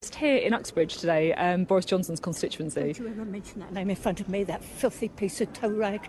Just here in Uxbridge today, um, Boris Johnson's constituency. Don't you ever mention that name in front of me, that filthy piece of tow rag.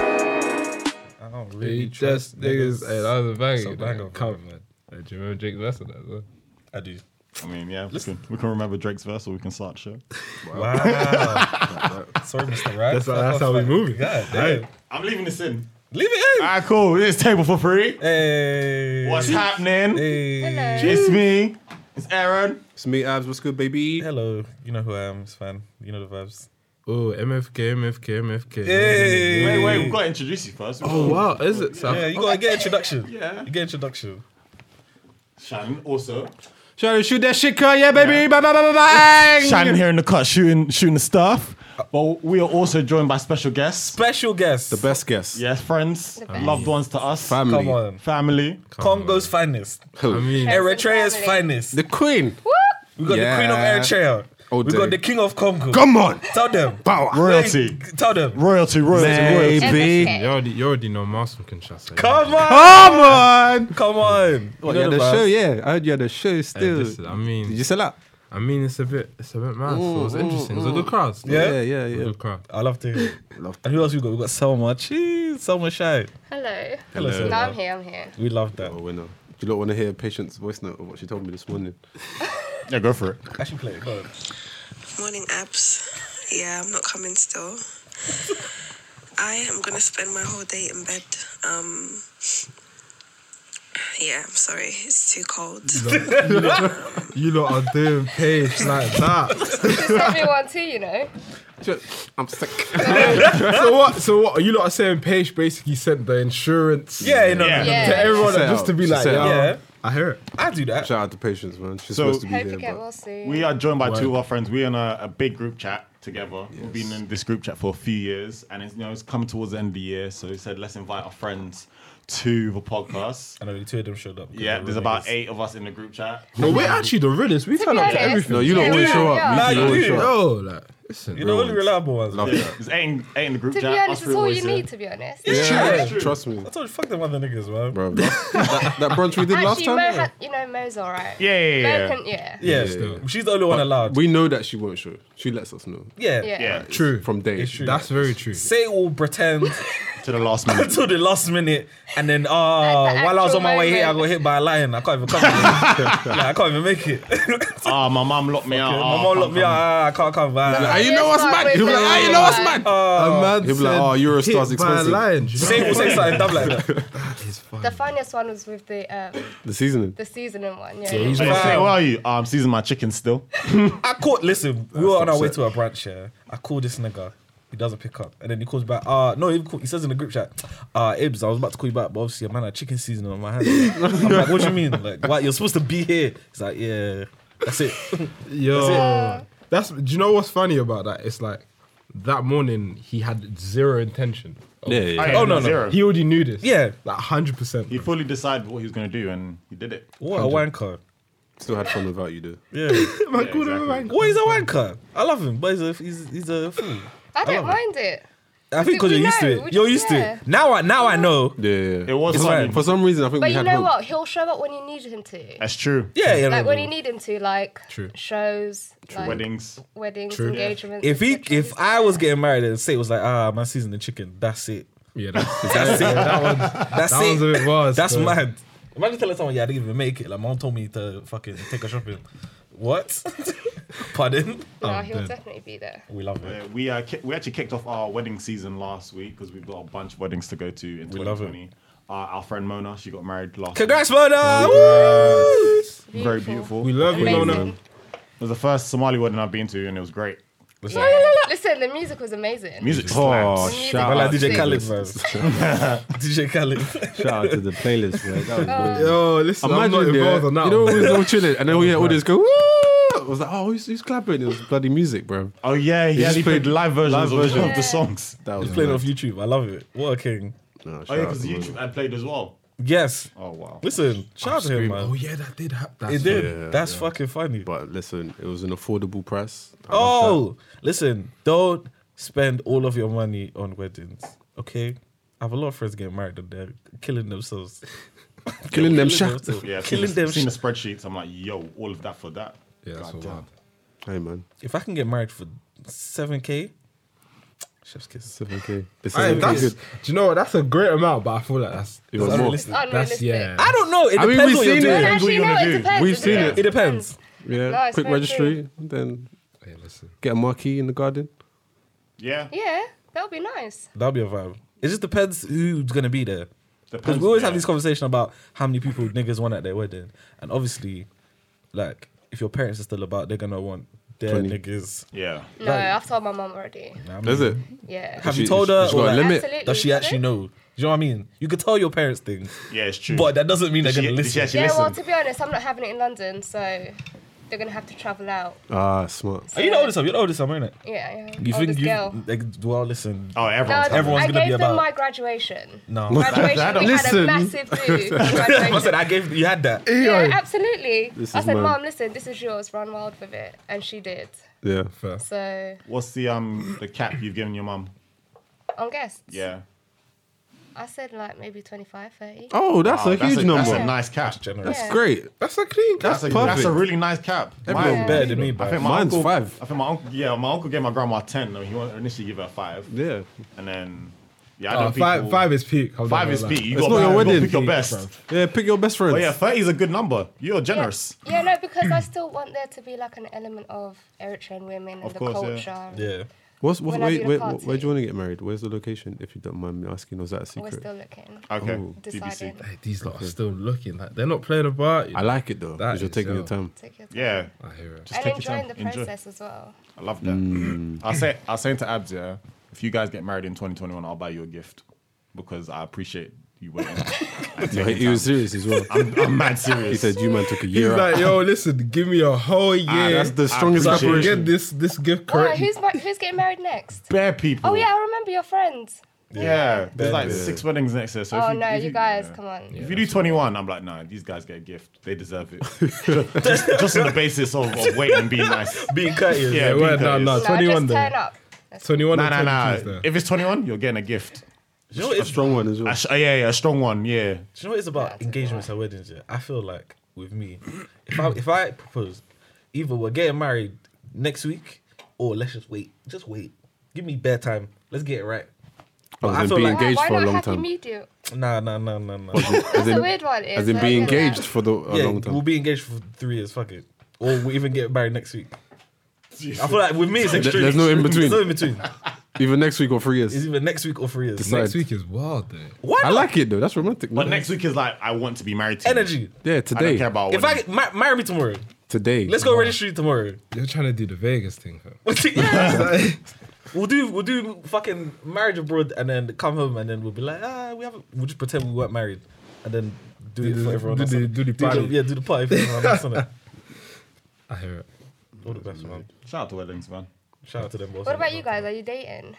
I don't He really just trust niggas. Hey, that was a banger. So that banger, was a cover, man. Hey, do you remember Jake Lesson? That though? I do. I mean, yeah, we can, we can remember Drake's verse or we can start the show. Wow. Sorry, Mr. Right. That's how- that's how we moving. God damn. I'm leaving this in. Leave it in. All right, cool. It's table for free. Hey. What's happening? Hey. It's me. It's Aaron. It's me, Abs. What's good, baby? Hello. You know who I am. It's fine. You know the vibes. Oh, MFK, MFK, MFK. Hey. Wait, wait, we've got to introduce you first. Oh wow, is it? So, Yeah, you gotta get introduction. Yeah. You get introduction. Shannon also. Try to shoot that shit, cut, Oh, yeah, baby. Bye, bye, bye, bye, bye. Shannon here in the cut shooting shooting the stuff. But we are also joined by special guests. Special guest. The best guess. Yes, friends, best. loved ones to us, Family. Come on. family. Congo's finest. Who? I mean, Eritrea's family. finest. The queen. We got the Queen of Yeah. Eritrea. Oh, we got dude. the King of Congo. Come on. Tell them. Power. Royalty. Hey, Tell them. Royalty, royalty, royalty. you already, you already know Marcel can chassis. Come on. Come on. Come on. What, you had a vibes. show, yeah. I heard you had a show still. this is- I mean- did you sell out? I mean, it's a bit, it's a bit mad. so it's interesting. It's a good crowd. still. Yeah? yeah, yeah. It's a yeah. good crowd. I love to hear it. And who else we got? We got Selma. Jeez, Selma Shy. Hello. Hello, No, I'm Selma. here. I'm here. We love that. Oh, winner. Do you not want to hear Patient's voice note of what she told me this morning? Yeah, go for it. Actually, play it. Go on. Morning, abs. Yeah, I'm not coming still. I am gonna spend my whole day in bed. Um, yeah, I'm sorry, it's too cold. You lot are doing page like that. Everyone too, you know. I'm sick. so what? So what? You lot are saying page basically sent the insurance. Yeah, you know, Yeah. yeah. to Yeah. everyone She said just to be out. She like, said out. yeah, Yeah. I hear it. I do that. Shout out to Patience, man. She's So- supposed to be Hope here. you get but well soon. We are joined by Word. two of our friends. We're in a, a big group chat together. We've been in this group chat for a few years, and it's you know it's coming towards the end of the year. So we said let's invite our friends to the podcast. And only two of them showed up. Yeah, there's about eight of us in the group chat. No, we're actually the realest. We turn be up to honest, everything. No, you Yeah, don't always yeah, show yeah. up. Nah, You you always do. show up. Yo, like, listen, You're the only real. reliable ones. Love Yeah, there's eight in, eight in the group To be chat. honest, us it's three all always you here. need, to be honest. Yeah, trust me, I told you, fuck them other niggas, man. bro. that, that brunch we did last Actually, Mo, time. had, you know, Mo's alright. Yeah, yeah, yeah, Mo yeah. Can, yeah. Yeah, still. she's the only one allowed. We know that she won't show. She lets us know yeah. Yeah. Yeah, True. from day. It's true. That's very true. Say it will pretend to the last minute. until the last minute, and then ah, the while I was on my way here, I actual got hit by a lion. I can't even come. Like, I can't even make it. Ah, my mom locked me out. my Ah, I mom can't looked me come. out. ah, I can't come. Ah, Ah, you Yes, know what's but mad? with He'll be the like, ah, you lion, know what's like- mad? A man He'll be like, oh, Eurostar's expensive. Say it will say something dumb like that. The funniest one was with the um, The seasoning. the seasoning one. Yeah. he's Hey, not- say, where are you? Ah, I'm seasoning my chicken still. I caught. Listen, we were on our way to a branch. Yeah, I called this nigga. He doesn't pick up, and then he calls back. Uh no, he, call, he says in the group chat, "Uh, Ibs, I was about to call you back, but obviously, man, had chicken seasoning on my hands." I'm like, "What do you mean? Like, what? You're supposed to be here?" He's like, "Yeah, that's it." Oh. Yo, that's. Do you know what's funny about that? It's like that morning he had zero intention. of- yeah. Oh, no, no. Zero. He already knew this. Yeah. like hundred percent. He fully decided what he was going to do, and he did it. What a wanker! Still had fun without you, though. Yeah, My Yeah, exactly. what is a wanker? I love him, but he's a he's, he's a fool. I don't love it. mind it. I think Did because we you're used to know? We it. You're just- used yeah. to it. Now I now I know. Yeah, It was It's funny. fine. For some reason, I think But we you had know hope. what? He'll show up when you need him to. That's true. Yeah, yeah. Like no, when no. you need him to, like True. shows, like Weddings. weddings, True. engagements. if he etc. if I was getting married and say it was like ah man seasoning the chicken, that's it. Yeah, that's, That's it. that one. That's That it. one's a bit worse. That's but- mad. Imagine telling someone, yeah, I didn't even make it. Like, mom told me to fucking take her shopping. What? Pardon? no, I'm he'll dead. definitely be there. We love it. Uh, we uh, ki- we actually kicked off our wedding season last week because we've got a bunch of weddings to go to in We love it. 2020. Uh, our friend Mona, she got married last. Congrats, Mona! Woo! week. Very beautiful. We love you, Amazing. Mona. It was the first Somali wedding I've been to, and it was great. Listen, Listen, the music was amazing. Music Oh, slaps. Music shout I like out, was DJ sick. Khaled, man. DJ Khaled. shout out to the playlist, man. That was Oh. brilliant. Yo, listen, I'm not Imagine, involved yeah, on that. you know, one. we was all chilling, and then we hear all this go, woo! I was like, oh, who's, who's clapping? It was bloody music, bro. Oh yeah, yeah. just He played played live versions live of, versions. of the songs. That was He's playing off YouTube. I love it. What a king. No, shout Oh yeah, out because to YouTube Momo. ad played as well. Yes. Oh wow. Listen, shout out to him, Scream. man. Oh yeah, that did happen. it did. yeah, That's yeah. fucking funny. But listen, it was an affordable price. I love oh, listen, don't spend all of your money on weddings, okay? I have a lot of friends getting married and they're killing themselves. that. killing them shafts. themselves. Yeah, I've killing seen, them. the, seen the sh- spreadsheets. I'm like, yo, all of that for that. Yeah, that's God all damn. wild. Hey man, if I can get married for 7K, chef's kiss. seven k. Aye, that's, do you know what? That's a great amount, but I feel like that's It was that's- more. It's unrealistic. That's yeah. I don't know. It I mean, depends we've what you're seen it. doing. But Depends what actually, you're no, gonna it do. depends. We've seen It depends. Yeah, No, it's quick very registry, then Hey, listen. get a marquee in the garden. Yeah. Yeah, that would be nice. That'll be a vibe. It just depends who's gonna be there. Because Depends, we always have yeah. this conversation about how many people niggas want at their wedding, and obviously, like if your parents are still about, they're gonna want their 20. niggas. Yeah. No, I've told my mum already. Nah, I mean, Is it? Yeah. Have She- you told she- her? she's or got a like, limit. Absolutely. Does she actually know? Do you know what I mean? You could tell your parents things, Yeah, it's true. but that doesn't mean they're Did she- gonna did she listen. actually Yeah, well, listen? to be honest, I'm not having it in London, so they're gonna have to travel out. Ah, smart. Are you the oldest? Of? You're the oldest, of, innit? Yeah, yeah. You think Oldest you? Oh, girl. Like, well, listen. Oh, No, everyone's I- everyone's I gonna be gave them about- my graduation. No. Graduation, we Listen. had a massive do. for I graduation. said I gave you had that. yeah, absolutely. This I is said, mad. Mom, listen, this is yours. Run wild with it, and she did. Yeah. So What's the um the cap you've given your mum? on guests, Yeah. I said like maybe 25, 30. Oh, that's Wow, a huge Ah, that's number. That's That's, a nice cap. Generous. Yeah. great. That's a clean. That's, That's a, perfect. that's a really nice cap. Everyone's Mine- better than me, bro. I think my Mine's uncle, five. I think my uncle, yeah, my uncle gave my grandma ten. Though he wa- initially gave her five, Yeah. and then yeah, I know Oh, five, people- five is peak. I'm not five is gonna peak. lie. You It's got not your wedding. Pick your Peak, best. Yeah, pick your best friends. But Oh, yeah, thirty is a good number. You're Yeah. generous. Yeah, no, because I still want there to be like an element of Eritrean women and Of the course, yeah. culture. Yeah. What's, what's, When I wait, do the wait, party. where do you want to get married? Where's the location? If you don't mind me asking, or is that a We're secret? still looking, Okay, Ooh. BBC. deciding. Hey, these lot are still looking like they're not playing about. I like it though, That because you're is taking your ill. time. Take your time. Yeah, I hear it. just take And your enjoying time. the Enjoy. process as well. I love that. I say I was saying to Abs, yeah, if you guys get married in 2021, I'll buy you a gift because I appreciate you waiting. and Like, taking he was time. serious as well. I'm mad he serious. said you man took a He's year out. like, yo, listen, give me a whole year. Ah, that's the strongest so I can preparation. get this this gift Why? correct. Oh, Who's, mar- who's getting married next? Bare people. Oh, yeah, I remember your friends. Yeah, there's like Yeah. six weddings next year. So if Oh, you, no, if you guys, yeah. come on. If you do 21, I'm like, nah, these guys get a gift. They deserve it. just, just on the basis of, of waiting and being nice. Being courteous. Yeah, Yeah, being word, no, courteous. no, No, twenty one just turn though. up. That's Twenty one. Nah, nah, nah. If it's 21, you're getting a gift. You know what A it's strong one as well. A sh- oh, yeah, yeah, a strong one. Yeah. Do you know what it's about That's a engagements and weddings? Yeah, I feel like with me, if I if I propose, either we're getting married next week or let's just wait. Just wait. Give me bare time. Let's get it right. Oh, But as in feel be like- why, engaged why for a not long happy time. medium? Nah, nah, nah, nah, nah. As That's in, the weird one. Is, as in I be get that. engaged for the, a yeah, long time. we'll be engaged for three years. Fuck it. Or we will even get married next week. I feel like with me it's extreme. there's no in between. There's no in between. Even next week or three years. It's either next week or three years. Decide. next week is wild though. Why I not? like it though. That's romantic. But man. next week is like, I want to be married to you. energy. yeah, I don't today, care about If I get- ma- marry me tomorrow, today. let's go registry tomorrow. You're trying to do the Vegas thing. Huh? Yeah. We'll do we'll do fucking marriage abroad and then come home and then we'll be like ah we haven't we'll just pretend we weren't married and then do, Do it for the- everyone do else. the- innit? do the party. yeah do the party for everyone else innit? I hear it. all the best man Shout out to weddings, man. shout out to them boys What about you guys? Are you dating?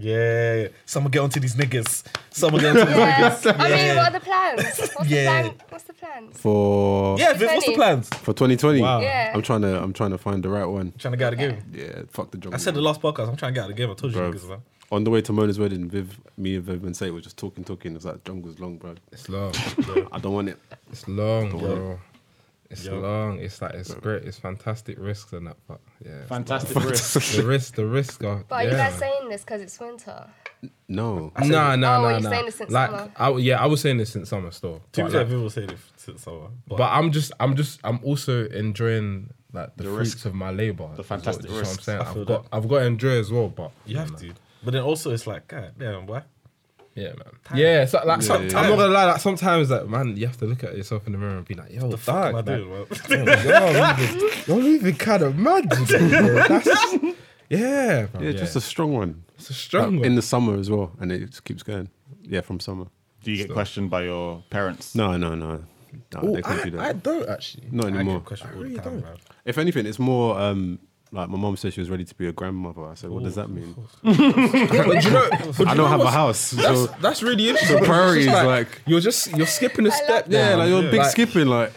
yeah someone get onto these niggas someone get onto these Yeah. niggas I mean, what are the plans? What's Yeah. the plan? What's the plans? for yeah Viv, what's the Funny. plans for 2020. Wow. Yeah. I'm trying to I'm trying to find the right one. trying to get out of the game Yeah, fuck the job. I said the last podcast I'm trying to get out of the game I told you Bruv. niggas man. on the way to Mona's wedding, Viv, me and Viv and Say were just talking, talking. It was like jungle's long, bro. It's long. I don't want it. It's long, bro. It's Yo. long. It's like it's great. It's fantastic risks and that, but yeah, Fantastic risk. the risk, the risk of. But are yeah. you guys saying this because it's winter? No. Nah, nah, Oh, nah, you're nah. saying this since like, summer. I w- yeah, I was saying this since summer still. to be but, fair like- Viv will say this since summer but, but I'm just, I'm just, I'm also enjoying like the, The fruits risk. of my labor. The is fantastic what, is what I'm risks. saying. I feel I've got, I've got to enjoy as well. But you have to but then also it's like god damn why yeah, man. Yeah, so, like, so- Yeah. I'm not gonna lie. Like sometimes, like man, you have to look at yourself in the mirror and be like, yo, the fuck am I dog, like, doing man Don't even kind of mad. you know, bro. That's, yeah, bro, Yeah, just a strong one. it's a strong Like, one. in the summer as well, and it just keeps going. Yeah, from summer. Do you get questioned by your parents? No, no, no. no Ooh, they can't do I, that. I don't actually. Not I get anymore. questioned all really the time don't. man If anything, it's more um, Like my mom said she was ready to be a grandmother. I said, what does that mean? But do you know, but do I you don't know have a what's- house. That's, So that's really interesting. priority It's just is like, like- you're just you're skipping a step. yeah, down. like you're a big Like, skipping. Like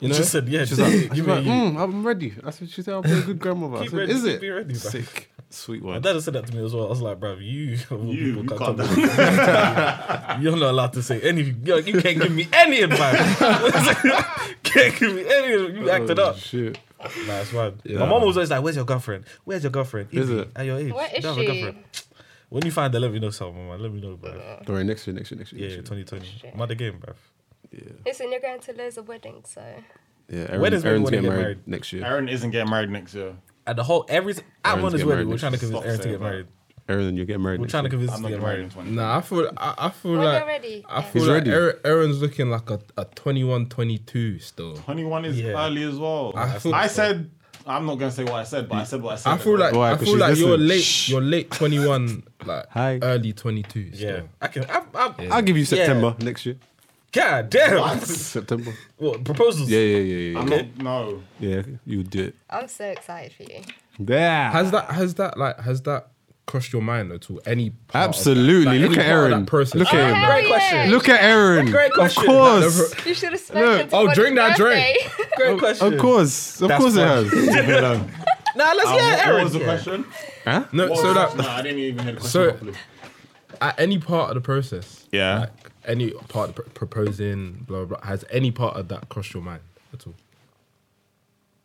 You know, She said, yeah. she's like, give she's me like you. mm, I'm ready. I said, she said I'll be a good grandmother. I Keep said, ready, is it be ready, bro. sick? Sweet My one. dad said that to me as well. I was like, bruv, you, of all You, you people can't. come to me. You're not allowed to say anything. Yo, you can't give me any advice. can't give me any. You acted Oh, up. Shit. Nah, it's fine. My mom was always like, "Where's your girlfriend? Where's your girlfriend? Is Evie, it? At your age, Where you is don't have a she? girlfriend." When you find her, let me know something, man. Let me know, bruv. Oh, Don't worry, next year, next year, next Yeah, year. yeah, next year. 2020. I'm at the game, bruv. Listen, you're going to loads of weddings, so When Yeah, Aaron, does Aaron's everyone getting get married, married? next year. Aaron isn't getting married next year. At the whole every at Aaron's one is wedding, getting married we're trying to next convince year. Aaron to Stop get saying married. Aaron, you're getting married. We're next trying to year. convince I'm him not to get getting married in married. 20. Nah, I feel I, I feel When like you're ready, I yeah. feel He's like ready. Aaron, Aaron's looking like a, a 21, 22 still. 21 is Yeah. early as well. I I, feel- said, I'm not going to say what I said, but I said what I said. I feel like Why? I 'Cause feel she's like you're listening. late. You're late twenty one, like Hi. early twenty two. Yeah, I can. I, I, I'll give you Yeah. September next year. God damn. What? September. proposals? Yeah, yeah, yeah, I'm yeah. not, no. Yeah, you do it. I'm so excited for you. Yeah. Has that has that like has that crossed your mind at all? Any part of that? Like, Absolutely. any Look at part of Aaron. That process. Look at him. hell Great question. Look at Aaron. Great question. Of course. Never- You should have spoken to oh, Bonnie's drink that drink. birthday. Great question. Of course. Of That's course it fine. has. Nah, let's Um, yeah, what, Aaron. what was the yeah. question? No, What so was- that no, I didn't even hear the question so- properly. at any part of the process, Yeah. like any part of pr- proposing, blah, blah blah, has any part of that crossed your mind at all?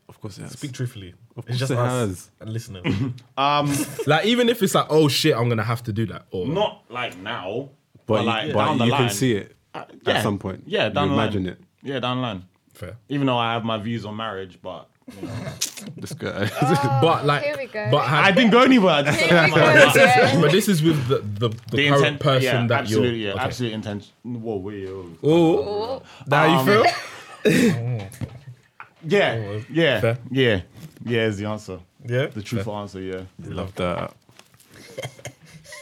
Of course it has. Speak truthfully. course It's just it us has. and listening. Like even if it's like, oh shit, I'm gonna have to do that, or Not like now, but, But, you- like but down the you line. can see it Uh, at yeah. some point. Yeah, You down the line. imagine it. Yeah, down the line. fair. Even though I have my views on marriage, but you know. This guy. but like, here we go. but has, I didn't go anywhere. I just Here said we my- go again. but this is with the the, the, the current intent. person yeah, that absolutely, Um, you're. yeah, okay. absolute intention. Whoa, whoa, whoa. Oh, Oh, now you feel? Yeah, yeah, Fair. yeah, yeah. Is the answer yeah. the truthful answer? Yeah. Love that.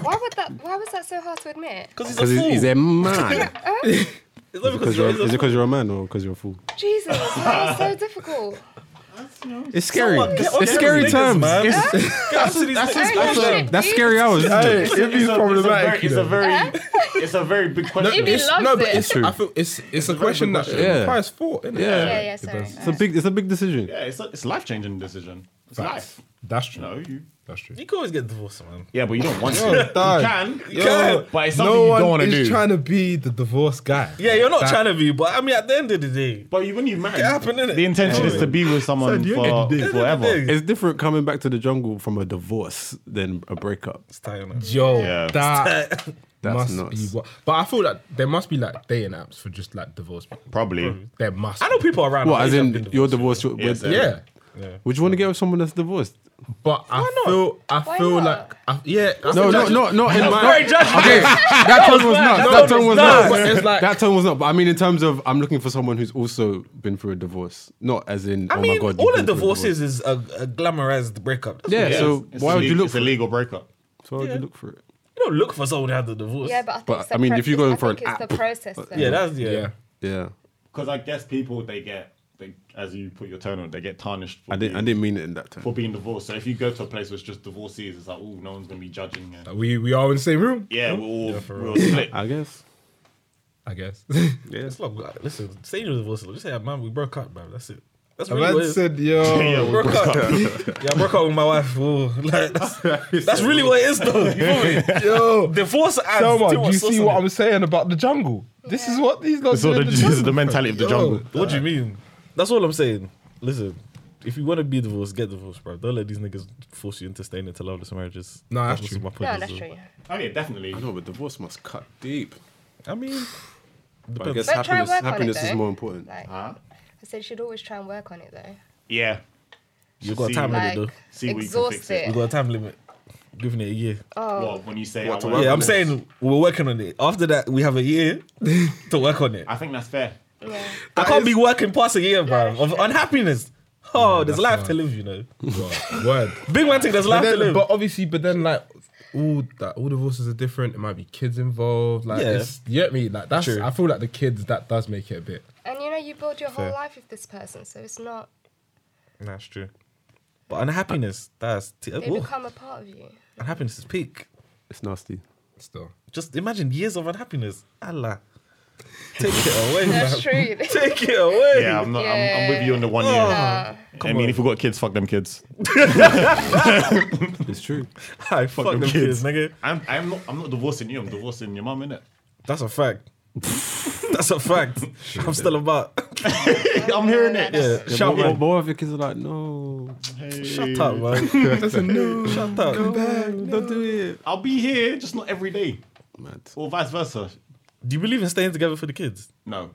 Why would that? Why was that so hard to admit? Because he's a Because fool. he's, he's a man. It's not because Because you're, you're, he's a is it because you're a man or because you're a fool? Jesus, that is so difficult. It's scary. Someone get on It's them scary niggas, times. man. It's- That's his Aaron, you should That's be- scary hours. isn't it? Hey, it'd be It's a- problematic. you It's know. a very, it's a very, it's a very big question. Maybe It's- loves no, but it. it's, True. I feel it's it's, a question that question. Yeah. requires thought, isn't Yeah. it? yeah, yeah, sorry. does. It's a big. It's a big decision. yeah, it's a, it's life changing decision. It's life. That's true. You know, you. That's true. You can always get divorced, man. Yeah, but you don't want to. Dog, Can yo, but it's something no you one don't want to is do. trying to be the divorce guy. Yeah, you're not That- trying to be, but I mean, at the end of the day, but you, when you marry, happened, innit? the intention is to be with someone you for did. forever. It's It's different coming back to the jungle from a divorce than a breakup. time. Yo, Yeah. that That's must nuts. be what. But I feel like there must be like dating apps for just like divorce people. Probably. There must. I know people around. What? our As age have in been you're divorced. you're- Yes, be. with- Yeah, Would you want to get with someone that's divorced? but I feel I Why feel not? like I, yeah. I No, feel no, like- no, no. In my, Great judgment. Okay, that tone was nuts. That That was tone was nuts. But nuts. it's like- That tone was not. But I mean, in terms of, I'm looking for someone who's also been through a divorce, not as in. I oh mean, my god, you've all a been through divorce is is a, a glamorized breakup. That's Yeah. what it is. So It's why would you ille- look It's for a it? legal breakup. So why would you look for it? You don't look for someone who had the divorce. Yeah, but I think But, it's the I mean, if you're going I for think an it's app- the process. Though. yeah, that's yeah. Yeah. Yeah, Because I guess people they get they as you put your tone on, they get tarnished for, I didn't. I being, didn't mean it in that for term. being divorced. So if you go to a place where it's just divorcees, it's like, oh, no one's gonna be judging you. We we are in the same room, Yeah, we're all we're all split. I guess. I guess. Yeah. It's not, listen, say you're divorced. Just say, "Ah, man, we broke up, man. That's it. That's really what it Man is. said, yo, Yeah, I we're- broke up. yeah, I broke up with my wife. Whoa. Like, that's, that's really what it is, though. You feel me? yo. Divorce adds Selma, too do much you sauce see in what it. I'm saying about the jungle? This is what these guys So do. the, in this is the jungle. mentality of the Yo. jungle. What do you mean? That's all I'm saying. Listen, if you want to be divorced, get divorced, bro. Don't let these niggas force you into staying into loveless marriages. No, that's what true. my point No, is, that's though. true. Oh yeah, definitely. I know, but divorce must cut deep. I mean, But I guess But try happiness, and work on it, happiness is though. more important. Like, Huh? I said, you should always try and work on it though. Yeah. you got a See, time Like, limit, See what you can fix exhaust it. though. it. You got a time limit. Giving it a year. Oh, What when you say What, I to want- work yeah, on I'm saying we're working on it. After that, we have a year to work on it. I think that's fair. Yeah. I can't be working past a year, bro, of unhappiness. Oh, there's life to live, you know. Word. Word. Big man think there's But, life to then, live. but obviously, but then like all that, all divorces are different. It might be kids involved. Like, Yeah. it's, you get me? Like that's. True. I feel like the kids that does make it a bit. And you know, you build your whole Fair. life with this person, so it's not. That's true. But unhappiness, that's t- They oh, become a part of you. unhappiness is peak. It's nasty. Still. Just imagine years of unhappiness. Allah, take it away, That's man. true. Take it away. Yeah, I'm not. I'm, I'm with you on the one year. I mean, if you've got kids, fuck them kids. It's true. I fuck, them kids, nigga. I'm, I'm not. I'm not divorcing you. I'm divorcing your mum, innit? That's a fact. That's a fact. I'm still about. I'm hearing it. Yeah, But shout more, out. more of your kids are like, no, Shut up, man. Shut up. don't do it. I'll be here, just not every day, Mad. or vice versa. Do you believe in staying together for the kids? No,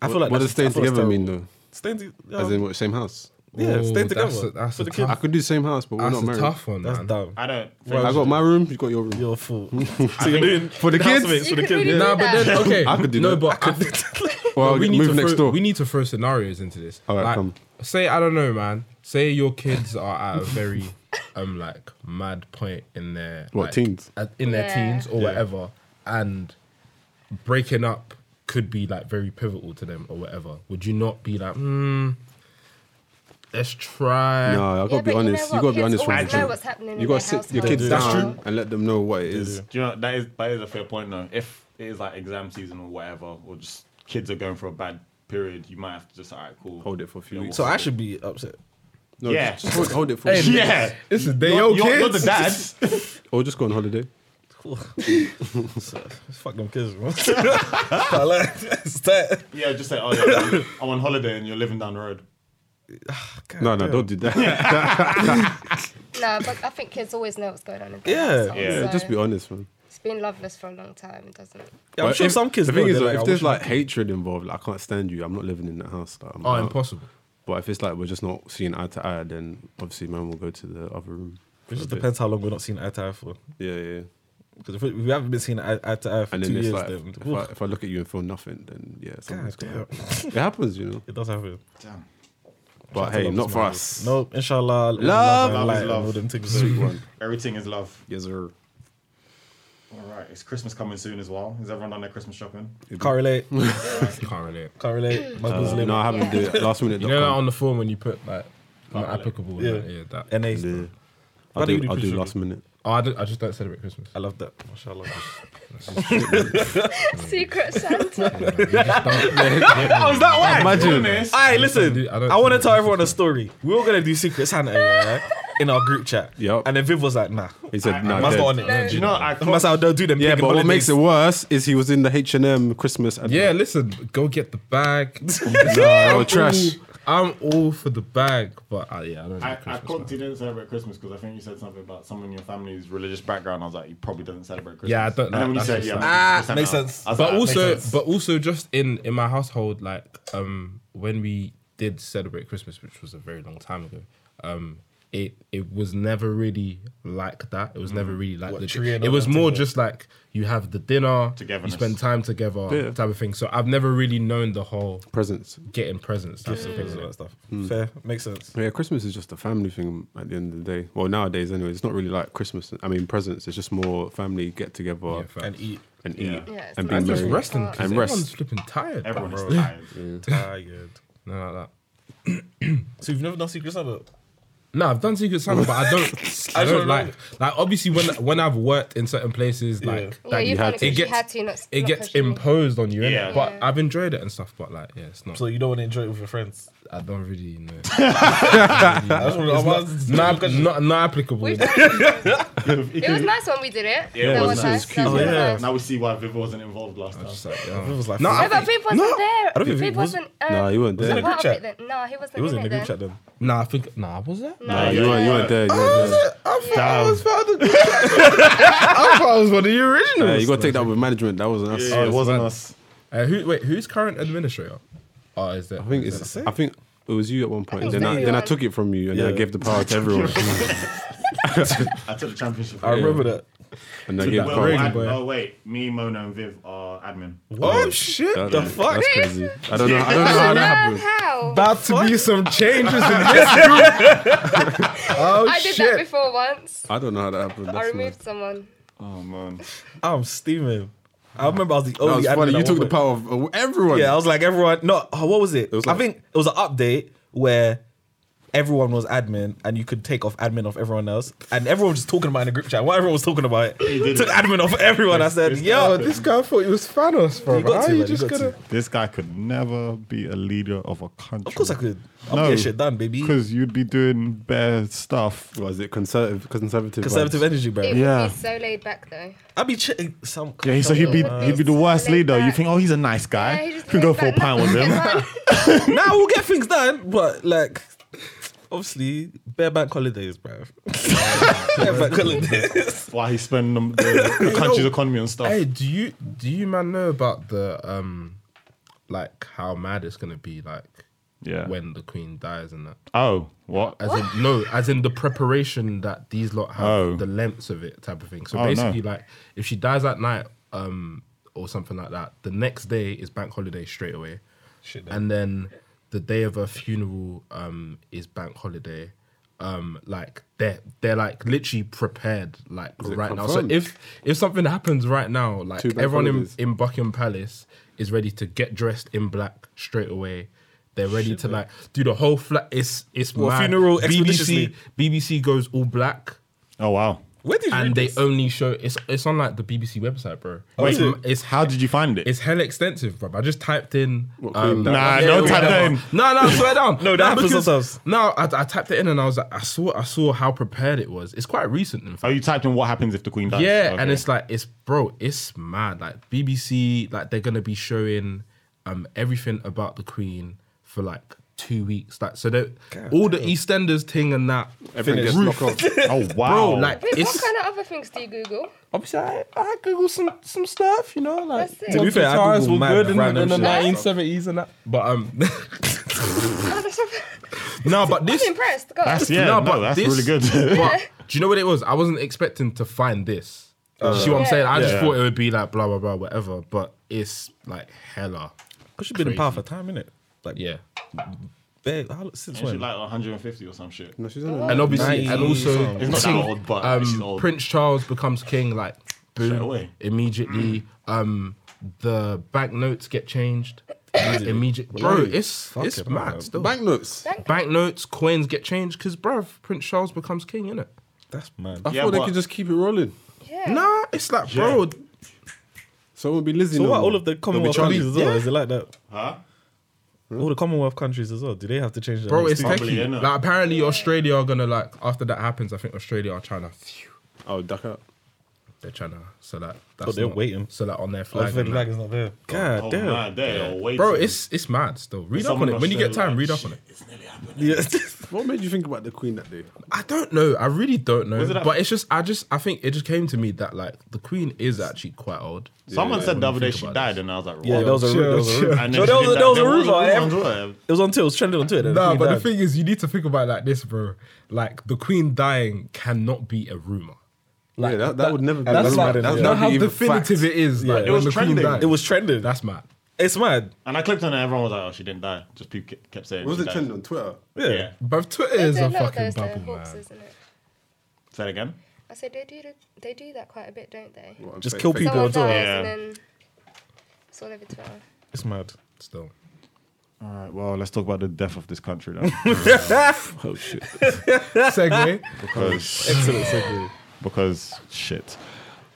I feel like what that's- does I staying feel that's together terrible. mean though? Staying together. As in oh, what same house? yeah, Ooh, staying together That's a, that's for a the tough, I could do same house, but we're that's not a married. tough one, That's man. dumb. I don't. think I got my room. You got your room. You're a fool. so you're doing For the kids? housemates You for the could kids. really Nah, do but then that. okay, I could do no, that. but I- Well, we need move to next throw, door. We need to throw scenarios into this. All right, like, come. Say I don't know, man. Say your kids are at a very um like mad point in their What, like, teens? at- in their Yeah. teens or whatever, and breaking up could be like very pivotal to them or whatever. Would you not be like, hmm, let's try? No, I gotta Yeah, be but you know honest. You, gotta what? be Kids honest with always each other. know what's happening in You gotta their sit your household. kids That's down and let them know what it is. Do you know that is that is a fair point though. If it is like exam season or whatever, or just kids are going for a bad period, you might have to just alright, cool. Hold it for a few Yeah, weeks. So I should be upset. No, Yeah. just, just hold, hold it for. we'll- yeah, It's a day you're, old you're, you're the kids. dad. Or just go on holiday. Cool. so, fuck them kids, bro. I like it's that. yeah, just say, oh yeah, I'm on holiday and you're living down the road. No, no, don't do that. No, but I think kids always know what's going on in their Yeah. household, Yeah. so Just be honest, man. It's been loveless for a long time. It doesn't. Yeah, I'm But sure if- some kids. The thing know, is, they're like, I if there's wish- like hatred involved, like, I can't stand you. I'm not living in that house. Like, I'm Oh, out. impossible. But if it's like we're just not seeing eye to eye, then obviously man will go to the other room. it just depends how long we're not seeing eye to eye for. Yeah, yeah. Because if we we haven't been seeing eye, eye to eye uh, for And two then it's years, like then if, oof, I, if I look at you and feel nothing, then yeah, something's God going damn, on. It happens, you know. it does happen. But hey, not for us. No, inshallah. Love and is light and love. all them things. one. Everything is love. Yes, sir. All right, it's Christmas coming soon as well. Is everyone on their Christmas shopping? Can't relate. Can't relate. Can't relate. My Muslim. No, I haven't Yeah. did it. Last minute. You know, that on the form when you put like not Can't relate. applicable. Yeah. Yeah, yeah that. NA. yeah. Why I'll do you do, do I'll do Christmas? last minute. Oh, I, don't, I just don't celebrate Christmas. I love that. Mashallah. Secret Santa. Oh, is that why? Imagine. Goodness. Hey, listen. I I, don't- want to tell everyone a story. We were gonna do Secret Santa yeah, right? in our group chat. Yup. And then Viv was like, Nah. He said, nah, Must dead. not on it. No. Do you know I Must I don't do them. Yeah, pagan but what holidays. makes it worse is he was in the H and M Christmas. advert. Yeah, listen, go get the bag. nah, all- you're trash. I'm all for the bag, but uh, yeah, I don't. I, like I Christmas, clocked you man. didn't celebrate Christmas because I think you said something about someone in your family's religious background. I was like, you probably didn't celebrate Christmas. Yeah, I don't And then know. when you That's said, just yeah, like- Ah, I'm 100% makes out. sense. I was But like, also, makes sense. but also, just in in my household, like um, when we did celebrate Christmas, which was a very long time ago, um, it it was never really like that. It was never really like Mm. What, the, tree and It all was that more together? just like you have the dinner, Togetherness. you spend time together, Yeah. type of thing. So I've never really known the whole Presents. getting presents type of thing. all that stuff. Hmm. Fair. Makes sense. Yeah, Christmas is just a family thing at the end of the day. Well, nowadays anyway, it's not really like Christmas. I mean, presents. It's just more family get together Yeah, fair. And eat. and eat Yeah. Yeah, it's and be nice. And just merry. resting. And And rest. Everyone's flipping tired. everyone is bro. tired. Tired. No, like that. So you've never done Secret Santa? No, I've done Secret Santa, but I don't. I don't don't like. Like obviously, when when I've worked in certain places, Yeah. like Yeah, that you had had to. to. It You gets- had to. Not, it not gets pushing me. imposed on you. innit? Yeah. But Yeah. I've enjoyed it and stuff. But like, yeah, it's not. So you don't want to enjoy it with your friends. I don't really know. I just wanna- I was- not, not not applicable. We've done it. before. It it was nice when we did it. Yeah, that it was, was nice. nice. That Oh, was yeah. nice. Now we see why Viv wasn't involved last time. Just like, yeah. Viv was like, No, "Fuck No, I think- but Viv wasn't there. don't think Viv it was- wasn't. Um, Nah, you weren't it in there. the group part of chat? it then. No, he wasn't. It wasn't in in the group chat then. then. nah, I think nah, was that? No, Nah, he you weren't. You weren't there. You Oh, weren't there. I thought I was one of the originals. Yeah, you gotta take that with management. That Oh, wasn't us. Yeah, it wasn't us. Uh, who, wait, who's current administrator? Oh, is that? I think it's. I think it was you at one point. think Then it's I, me, then I yeah. took it from you and then I Yeah. gave the power to everyone. I took the championship. I remember that. and I gave the Well, power. I- boy. oh wait, me, Mona, and Viv are admin. What Oh, shit? That- the fuck? That's crazy. I don't know. I don't know how that Um, happened. how? About to be some changes in this group. oh I did shit! that before once. I don't know how that happened. I That's mad. removed someone. Oh man, I'm steaming. I remember I was the That only. was admin funny. at You one took the point. power of of everyone. Yeah, I was like everyone. No, oh, what was it? was I like- think it was an update where everyone was admin, and you could take off admin off everyone else, and everyone was just talking about it in the group chat. While everyone was talking about it, did took it. admin off everyone. I said, Oh, "Yo, this guy thought he was Thanos, bro. You got How to, are you man, you just got gonna? to. This guy could never be a leader of a country. Of course I could. I'll get shit done, baby. Because you'd be doing bare stuff. Was it conservative? Conservative. Conservative vibes? energy, bro. It Yeah. would be so laid back though. I'd be chilling. Some Yeah, he- so he'd be Uh, he'd be the worst like leader. that. You think, oh, he's a nice guy. Yeah, he You just can go laid for a back, pint with nothing him. gets done. now we'll get things done, but like, obviously, bare bank holidays, bro. bare bank holidays. Why he's spending them- the, the country's economy on stuff. Hey, do you do you man know about the um, like how mad it's gonna be like Yeah. when the queen dies and that? Oh, what? As in no, as in the preparation that these lot have, Oh. the lengths of it type of thing. So Oh, no. basically, like if she dies that night, um, or something like that, the next day is bank holiday straight away, Shit, then. and then the day of her funeral um is bank holiday. Um, like they're they're like literally prepared like it right now. So confirmed? if if something happens right now, like Two bank everyone in, holidays. in Buckingham Palace is ready to get dressed in black straight away. They're ready to like do the whole flat. It's it's Well, mad. funeral BBC expeditiously. BBC goes all black, Oh wow. Where did you and read they this? only show it's it's on like the BBC website, bro. Wait, it's, it's Oh, how did you find it? Oh, it's hella extensive, bro. I just typed in. What, um, Queen Di- Nah, yeah, don't type that whatever. in. No, no, swear down. No, that Nah, happens because- sometimes. No, I, I typed it in and I was like, I saw, I saw how prepared it was. It's quite recent, in fact. Oh, you typed in what happens if the queen dies. Yeah, Okay. and it's like it's bro, it's mad. Like BBC, like they're gonna be showing um everything about the Queen for like two weeks. Like so that all the EastEnders thing and that. Everything gets knocked off. oh wow. Bro, like Wait, what it's kind of other things do you Google? obviously I, I Google some some stuff, you know, like That's it. To be fair, I guitars Google were mad good in, random in the shit. nineteen seventies and that. But um Oh, that's not- no, but this I'm impressed. God. that's yeah. No, No, but that's this- really good. But do you know what it was? I wasn't expecting to find this. Do you see what I'm Yeah. saying? I just Yeah. thought it would be like blah blah blah whatever, but it's like hella. Because she's been in power for time, innit? Like, Yeah. babe, how, since She's when? like 150 or some shit. No, she's on it. and obviously, Nice. and also, It's not that old, but she's um, old. Prince Charles becomes king like Straight boom away. immediately. Um, the banknotes get changed immediately. Bro, it's Fuck it's it, mad bro. still. Banknotes. Thank banknotes, coins get changed because bro, Prince Charles becomes king, innit? That's mad. I Yeah, thought they but- could just keep it rolling. yeah. Nah, it's like bro, So it won't be Lizzie. So no what? more. All of the It'll be Commonwealth Charlie. countries as well? Is it like that? Huh? All the Commonwealth countries as well. Do they have to change their bro, names it's too? Probably, techie. innit? Like apparently, Australia are gonna like after that happens. I think Australia are trying to. Oh, duck out. They're trying to so that. Oh, they're not- waiting. So that on their Oh, flag. the and flag that. is not there. God oh damn. man, they are waiting. Bro, it's it's mad still. Read up on Someone it when you get time. Australia, like, Read up shit, on it. It's nearly happening. Yeah. What made you think about the Queen that day? I don't know. I really don't know. it that- But it's just, I just, I think it just came to me that like the Queen is actually quite old. Someone Yeah, said the when other you day think she about died, this. and I was like, yeah, there was a rumor. There was a rumor. And No, then there she was, there did was that- a there was rumor. eh? a Every- rumor on Twitter. It was on Twitter. It was trending on Twitter. Nah, He but the died. thing is, you need to think about it like this, bro. Like the Queen dying cannot be a rumor. yeah, that, that, would never be. that's that's like- that's yeah. Know not how even definitive fact. it is. Like, Yeah. It when was the Queen trending. died. it was trending. That's mad. It's mad. And I clicked on it, and everyone was like, oh, she didn't die. Just people ke- kept saying. What was she it died. trending on Twitter? Yeah. Yeah. But Twitter They is do a a lot of fucking those uh, though, bubble, hawks, man. isn't it? Say that again. I said they do the, they do that quite a bit, don't they? What, Just fake- kill fake- people Someone as well. dies Yeah. and then it's all over Twitter. It's mad. Still. All right. Well, let's talk about the death of this country now, Oh shit! Segue. because Excellent segue. because shit.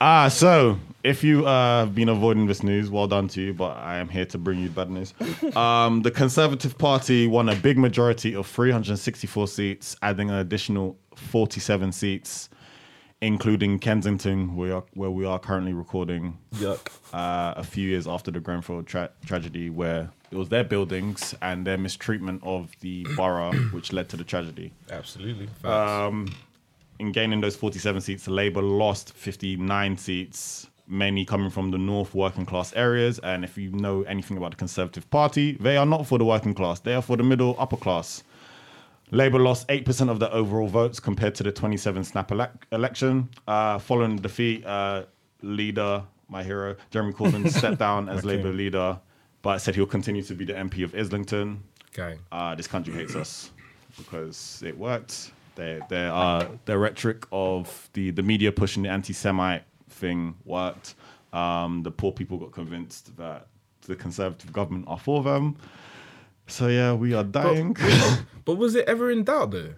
Ah, so if you uh, have been avoiding this news, well done to you, but I am here to bring you bad news. Um, the Conservative Party won a big majority of 364 seats, adding an additional 47 seats, including Kensington, where, where we are currently recording Yuck. uh, a few years after the Grenfell tra- tragedy, where it was their buildings and their mistreatment of the borough, which led to the tragedy Absolutely. in gaining those 47 seats, Labour lost 59 seats, mainly coming from the north working class areas. And if you know anything about the Conservative Party, they are not for the working class, they are for the middle upper class. Labour lost 8% of the overall votes compared to the 27 snap elec election. Uh, following the defeat, uh, leader, my hero, Jeremy Corbyn, stepped down as Labour leader, but said he'll continue to be the MP of Islington Gang. uh, this country hates us because it worked. Their their uh, their rhetoric of the the media pushing the anti-Semite thing worked. Um, the poor people got convinced that the conservative government are for them. So yeah, we are dying. But was it ever in doubt though?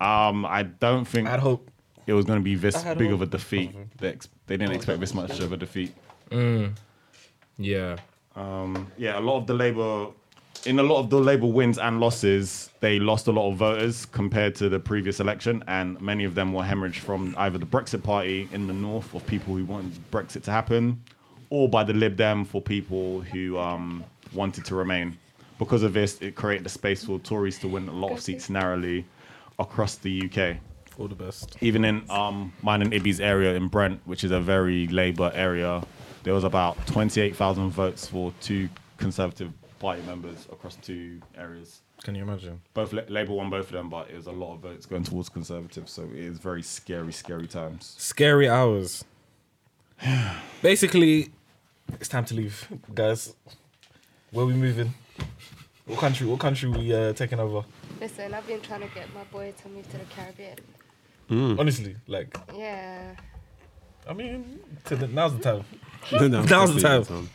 um, I don't think I'd hope. it was going to be this had big hope. of a defeat. They, ex- they didn't expect this much of a defeat. Yeah. Yeah, a lot of the Labour, in a lot of the Labour wins and losses, they lost a lot of voters compared to the previous election, and many of them were hemorrhaged from either the Brexit Party in the north of people who wanted Brexit to happen, or by the Lib Dem for people who um, wanted to remain. Because of this, it created a space for Tories to win a lot of seats narrowly across the UK All the best. even in um, mine and Ibby's area in Brent, which is a very Labour area, there was about 28,000 votes for two Conservative Party members across two areas. Can you imagine? Both La- Labour won both of them, but it was a lot of votes going towards Conservatives, so it is very scary, scary times. Scary hours. Basically, it's time to leave, guys. Where we moving? What country? What country we uh, taking over? Listen, I've been trying to get my boy to move to the Caribbean. Hmm. Honestly, like, Yeah. I mean, to the, now's the time. Now's the time.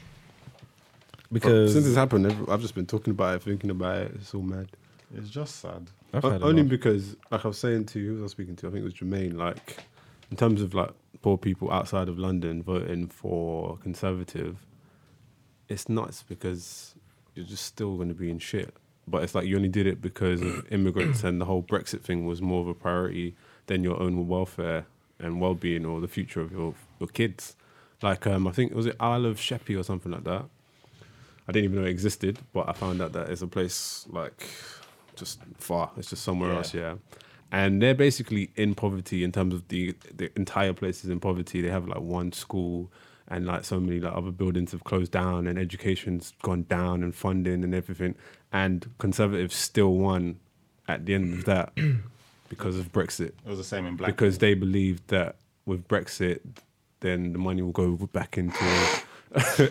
Because Since it's happened, I've- I've just been talking about it, thinking about it. It's all mad. It's just sad. I've O- had only enough. because, like I was saying to who was I speaking to? I think it was Jermaine. Like, in terms of like poor people outside of London voting for Conservative, it's nuts because you're just still going to be in shit. But it's like you only did it because of immigrants and the whole Brexit thing was more of a priority than your own welfare and well-being or the future of your your kids. Like, um, I think was it Isle of Sheppey or something like that. I didn't even know it existed, but I found out that it's a place like just far. It's just somewhere else, yeah. And they're basically in poverty in terms of the the entire place is in poverty. They have like one school and like so many like other buildings have closed down and education's gone down and funding and everything. And conservatives still won at the end of that because of Brexit It was the same in Black. because they believed that with Brexit, then the money will go back into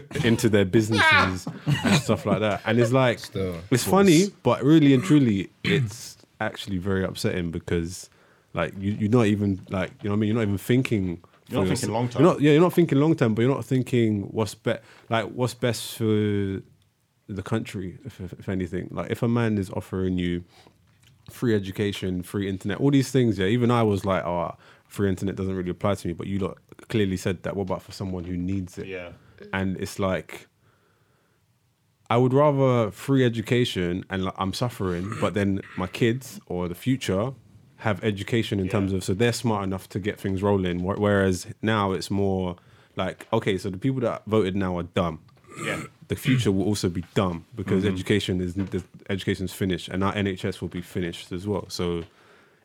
into their businesses Ah! and stuff like that. And it's like Still, it's funny, but really and truly, it's actually very upsetting because like you, you're not even like you know what I mean. You're not even thinking. You're not for thinking yourse- long term. You're not, yeah, you're not thinking long term, but you're not thinking what's best. Like what's best for the country, if, if, if anything. Like if a man is offering you free education, free internet, all these things. Yeah, even I was like, oh, free internet doesn't really apply to me. But you lot clearly said that. What about for someone who needs it? Yeah. and it's like. I would rather free education and like, I'm suffering, but then my kids or the future have education in terms of so they're smart enough to get things rolling. wh- Whereas now it's more like okay, so the people that voted now are dumb yeah. the future will also be dumb because Mm-hmm. education is the education's finished and our NHS will be finished as well. So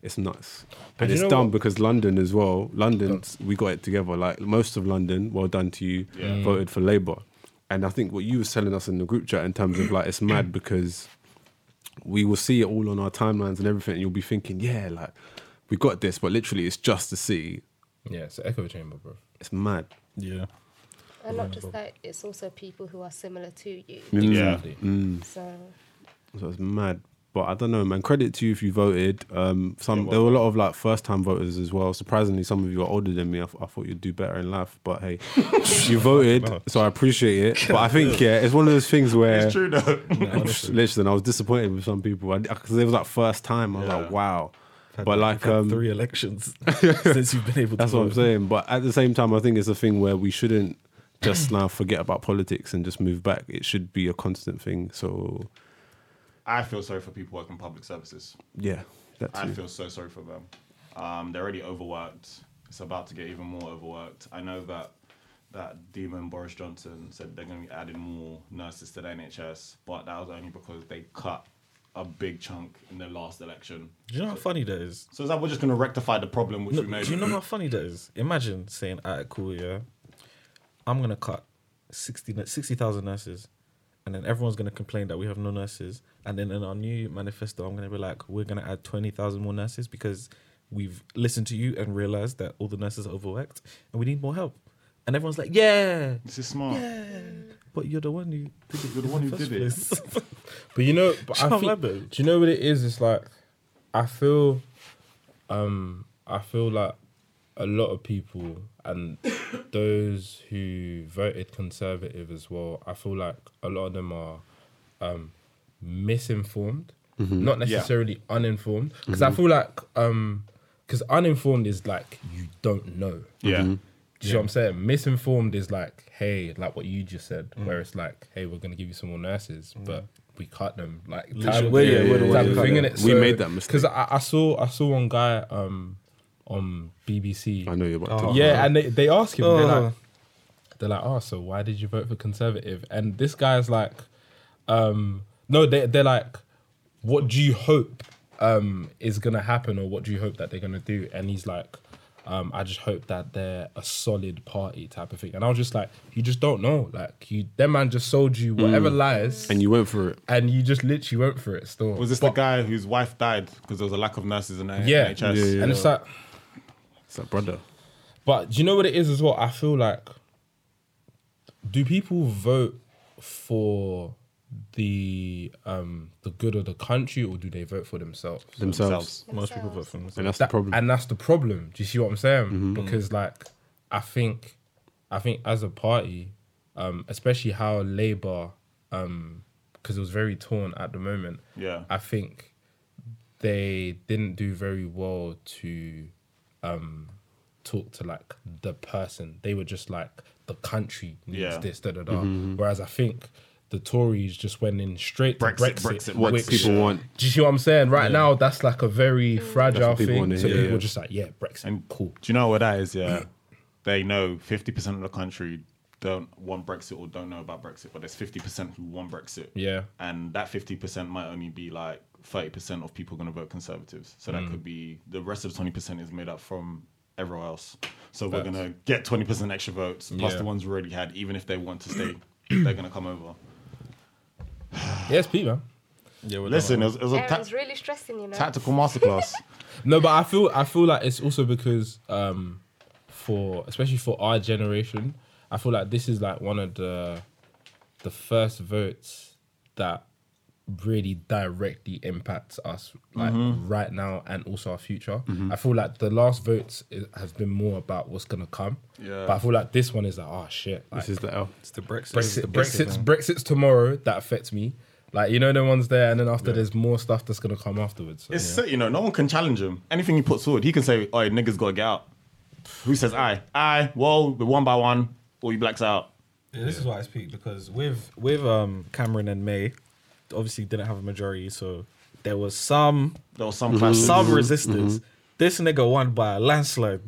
it's nuts. and you it's know dumb what- because London as well. London, we got it together. Like most of London, well done to you, voted for Labour. And I think what you was telling us in the group chat in terms of like it's mad because we will see it all on our timelines and everything. And you'll be thinking, yeah, like we got this, but literally it's just to see. Yeah, it's an echo chamber, bro. It's mad. Yeah. And not just that, it's also people who are similar to you. Yeah. Mm-hmm. So, So it's mad. But I don't know, man. Credit to you if you voted. Um, some there were a lot of like first time voters as well. Surprisingly, some of you are older than me. I, th- I thought you'd do better in life, but hey, you voted, so I appreciate it. But I think yeah, it's one of those things where It's true though. listen, I was disappointed with some people because it was like first time. I was like, wow. But like Had um, three elections since you've been able. to that's what I'm vote. saying. But at the same time, I think it's a thing where we shouldn't just now forget about politics and just move back. It should be a constant thing. So I feel sorry for people working public services. yeah, that's I feel so sorry for them. Um, they're already overworked. It's about to get even more overworked. I know that that demon Boris Johnson said they're going to be adding more nurses to the NHS, but that was only because they cut a big chunk in their last election. Do you know how funny that is? So is that we're just going to rectify the problem which No, we made? do you know how funny that is? Imagine saying, all right, cool, yeah. I'm going to cut 60 nu- 60,000 nurses. And then everyone's going to complain that we have no nurses. And then in our new manifesto, I'm going to be like, we're going to add 20,000 more nurses because we've listened to you and realized that all the nurses are overworked and we need more help. And everyone's like, yeah, This is smart. yeah. But you're the one who did it. You're the one who did it. it. But you know, but I Shall I think, though? do you know what it is? It's like I feel, um, I feel like a lot of people and those who voted conservative as well. I feel like a lot of them are, um, misinformed, not necessarily uninformed. Because I feel like um, because uninformed is like you don't know. Yeah. Do you know what I'm saying? Misinformed is like, hey, like what you just said, Mm. where it's like, hey, we're gonna give you some more nurses, but we cut them. Like Literally, we're- yeah, we're the ones who cut them. We made that mistake. Because I, I saw I saw one guy um on BBC. I know you're about to. Yeah, and they, they ask him, they're Oh. like, they're like, oh, so why did you vote for conservative? And this guy's like, um, no, they they're like, what do you hope um is gonna happen, or what do you hope that they're gonna do? And he's like, um, I just hope that they're a solid party type of thing. And I was just like, you just don't know, like you, that man just sold you whatever Mm. lies, and you went for it. and you just literally went for it. Still, Was this But- the guy whose wife died because there was a lack of nurses in the Yeah, NHS? Yeah, and it's like. It's like brother. But do you know what it is as well? I feel like do people vote for the um the good of the country or do they vote for themselves? Themselves. Most people vote for And themselves. that's That- the problem. Mm-hmm. And that's the problem. Do you see what I'm saying? Because like I think I think as a party, um, especially how Labour um because it was very torn at the moment. Yeah. I think they didn't do very well to um talk to like the person. They were just like the country needs Yeah. this, da da da. Mm-hmm, Whereas I think the Tories just went in straight to Brexit, Brexit, Brexit, what which- people want. do you see what I'm saying? Right now, that's like a very fragile people thing. wanna so hear, people yeah. are just like, yeah, Brexit, And cool. Do you know what that is? Yeah, they know fifty percent of the country don't want Brexit or don't know about Brexit, but there's fifty percent who want Brexit. Yeah. and that fifty percent might only be like thirty percent of people going to vote Conservatives. So that could be the rest of twenty percent is made up from everywhere else. So we're gonna get twenty percent extra votes plus Yeah. the ones we already had. Even if they want to stay, they're gonna come over. Yes, Pete, man. Yeah, we're Listen, it was, it was a ta- Aaron's really stressing, you know. tactical masterclass. No, but I feel I feel like it's also because um, for especially for our generation, I feel like this is like one of the the first votes that really directly impacts us like right now and also our future. I feel like the last votes i has been more about what's gonna come. Yeah. But I feel like this one is like, oh shit. Like, This is the L. it's the Brexit. it's Brexit, the Brexit's thing. Brexit's tomorrow. That affects me. Like you know, the ones there, and then after there's more stuff that's gonna come afterwards. So, It's yeah. so- you know, no one can challenge him. Anything he puts forward, he can say, "Oh, niggas gotta get out." Who says aye? Aye. Well, we're one by one, all you blacks out. Yeah, this is why I speak because with with um Cameron and May, obviously didn't have a majority, so there was some There was some clashes. some resistance. Mm-hmm. This nigga won by a landslide.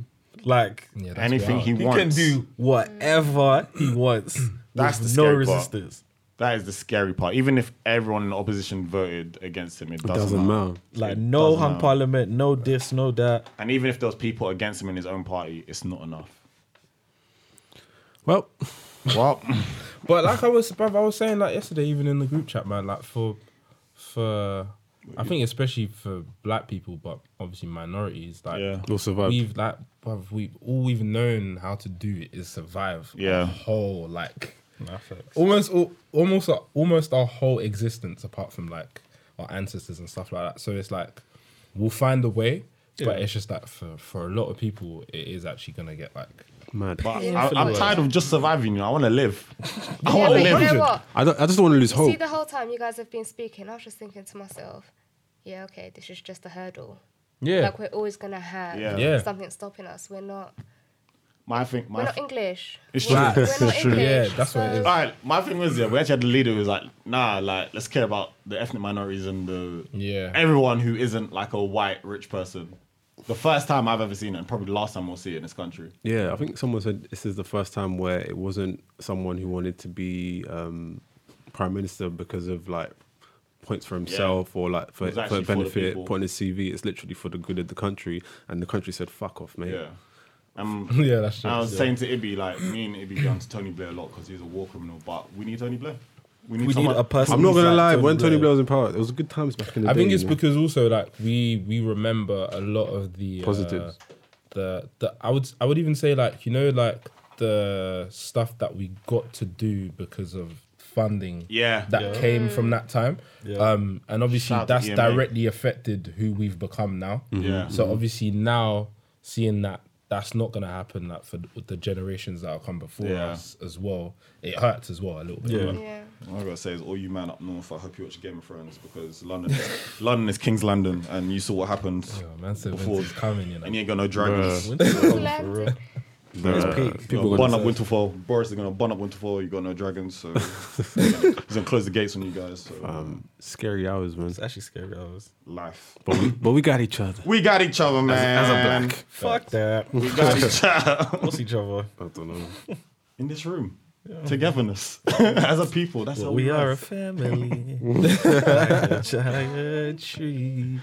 Like Yeah, that's Anything wild. he, he wants. can do whatever he wants. Mm. That's with the no scary part. resistance. That is the scary part. Even if everyone in the opposition voted against him, it doesn't, Doesn't matter. matter. Like It no doesn't hung matter. parliament, no this, no that. And even if there was people against him in his own party, it's not enough. Well, Well, But like I was, bruv, I was saying like yesterday, even in the group chat, man. Like for, for, I think especially for black people, but obviously minorities, like Yeah. We'll survive. We've like, bruv, we've all we've known how to do is survive. Yeah. Our whole like, almost al- almost our- almost our whole existence, apart from like our ancestors and stuff like that. So it's like we'll find a way. But it's just that for, for a lot of people, it is actually gonna get like mad. but I, I'm tired of just surviving. You know, I want to live. I want to but you live. know what? I, don't, I just don't want to lose You see, hope. the whole time you guys have been speaking, I was just thinking to myself, yeah, okay, this is just a hurdle. yeah, Like we're always gonna have Yeah. Yeah. something stopping us. We're not. My thing, my We're not thing- English. It's we're, true. we're not English. Yeah, that's what it is. so- All right, my thing was yeah, we actually had a leader who was like, nah, like let's care about the ethnic minorities and the Yeah. everyone who isn't like a white rich person. The first time I've ever seen it, and probably the last time we'll see it in this country. Yeah, I think someone said this is the first time where it wasn't someone who wanted to be um, prime minister because of like points for himself or like for, It was for actually for the benefit, people. put on his CV. It's literally for the good of the country, and the country said, "Fuck off, mate." Yeah, um, yeah, that's true. I was Yeah. saying to Ibby like me and Ibby go on to Tony Blair a lot because he's a war criminal, but we need Tony Blair. need, We need someone- a person. I'm not gonna who's lie. like when Tony Blair was in power, it was good times back in the I day. think you it's know. because also like we we remember a lot of the uh, Positives. the the I would I would even say like you know like the stuff that we got to do because of funding. Yeah. that came from that time. Yeah. Um, and obviously Shout out to that's EMA. directly affected who we've become now. Yeah. So obviously now seeing that that's not gonna happen like for the generations that have come before Yeah. us as well, it hurts as well a little bit. Yeah. yeah. All I gotta say is, all you man up north, I hope you watch Game of Thrones because London, London is King's London, and you saw what happened Yo, man said before. winter's coming, you know. And you ain't got no dragons. London. People burn up Winterfell. Boris is gonna burn up Winterfell. You got no dragons, so he's gonna close the gates on you guys. So Um, Scary hours, man. It's actually scary hours. life. But we, but we got each other. We got each other, man. As a black. Fuck that. We got each other lost each other. I don't know. in this room. Togetherness as a people. That's how we are a live. family. like a giant tree.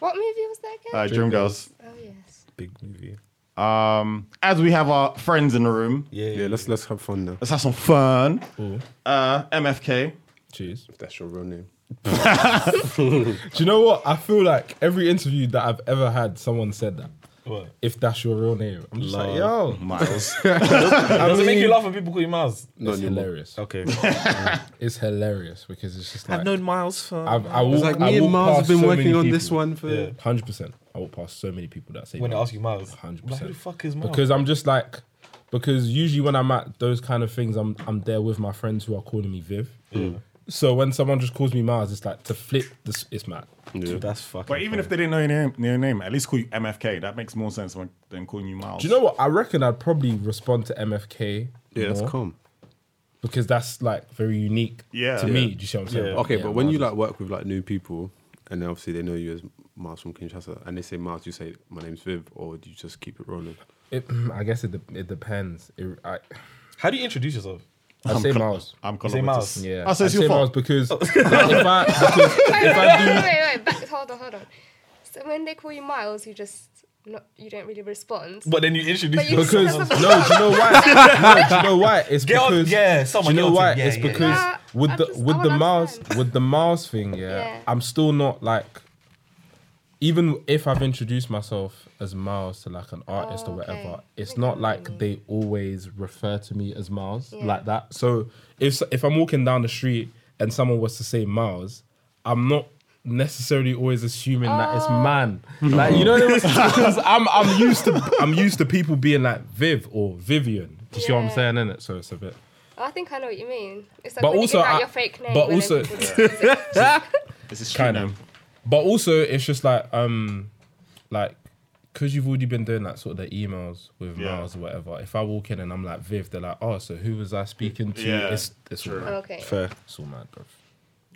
What movie was that again? Uh, Dreamgirls. oh yes. Big movie. Um, as we have our friends in the room, Yeah. Yeah, let's let's have fun now. let's have some fun. Ooh, Uh, MFK. cheers. If that's your real name. Do you know what? I feel like every interview that I've ever had, someone said that. What? If that's your real name, I'm just like, yo, Miles. Does it make you laugh when people call you Miles? it's hilarious. Okay. It's hilarious because it's just like I've known Miles for I've, I walk, It's like I me and walk Mars have past been so working many on people. this one for Yeah. Hundred percent. I walk past so many people that say when they that. ask you Miles. hundred Like, percent. who the fuck is Miles? Because I'm just like, because usually when I'm at those kind of things, I'm I'm there with my friends who are calling me Viv. So when someone just calls me Miles, it's like to flip this. It's mad. that's fucking. But even if they didn't know your name, your name, at least call you MFK. That makes more sense when- than calling you Miles. Do you know what? I reckon I'd probably respond to MFK. Yeah, that's more calm. because that's like very unique. Yeah. To me, do you see what I'm saying? Yeah. Okay, Yeah, but when Miles you is- like work with like new people, and obviously they know you as Miles from Kinshasa, and they say Miles, you say my name's Viv, or do you just keep it rolling? it, I guess it de- it depends. It, I How do you introduce yourself? I say Miles. I'm You say Miles. Columbus. Yeah. Oh, so I it's your say Miles fault. because like, if I because if I do wait, wait, wait. Back, hold on, hold on. So when they call you Miles, you just not, you don't really respond. But then you introduce But you- yourself. Because no, do you know why? No, do you know why? It's Get on- because yeah, someone do you know get onto why? it. Yeah, it's yeah, because yeah. with I'm the just- I with the wanna Mars understand. with the Mars thing, yeah, Yeah. I'm still not like. Even if I've introduced myself as Miles to like an artist Oh, or whatever, okay. it's Okay, not like okay. they always refer to me as Miles Yeah. like that. So if if I'm walking down the street and someone was to say Miles, I'm not necessarily always assuming that Oh. it's man. Like you know what I mean? Because I'm I'm used to I'm used to people being like Viv or Vivian. Do you see what I'm Yeah. saying in it? So it's a bit. I think I know what you mean. It's like But when also you give out I- your fake name. but when also- people do it. This is Kind kind of. of. But also it's just like um like because you've already been doing that sort of the emails with Yeah. Miles or whatever. If I walk in and I'm like Viv, they're like, oh, so who was I speaking to? Yeah, It's it's all mad. okay. Fair. It's all mad, bro.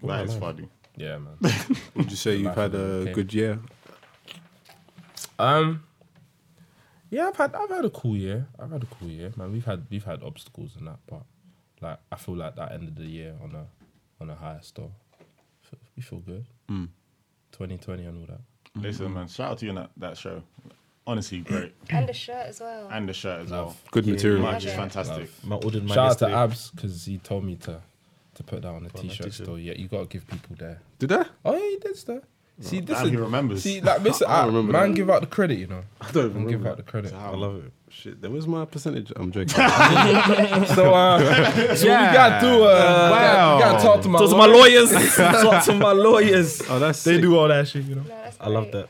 That is funny. Yeah, man. Would you say you've had a Okay. good year? Um. Yeah, I've had I've had a cool year. I've had a cool year, man. We've had we've had obstacles and that, but like I feel like that ended the year on a on a higher store. F- We feel good. Hmm. Twenty twenty and all that. Listen, man, shout out to you on that, that show. Honestly, great. Mm. And the shirt as well. and the shirt as well. Good material. Merch is Yeah. fantastic. My ordered my Shout out to yesterday. Abs because he told me to to put that on a t-shirt t-shirt. store. Yeah, you gotta give people there. Did I? Oh yeah, he did stuff. See, this Damn, is, he remembers. See, like, miss, I I remember man, that. give out the credit, you know. I don't Man, even give remember. out the credit. I love it. Shit, there was my percentage. I'm joking. So, uh, so we got to, uh, wow. we got to talk to my Talk to my lawyers. Talk to my lawyers. oh, that's They sick. do all that shit, you know. No, that's I love great. that.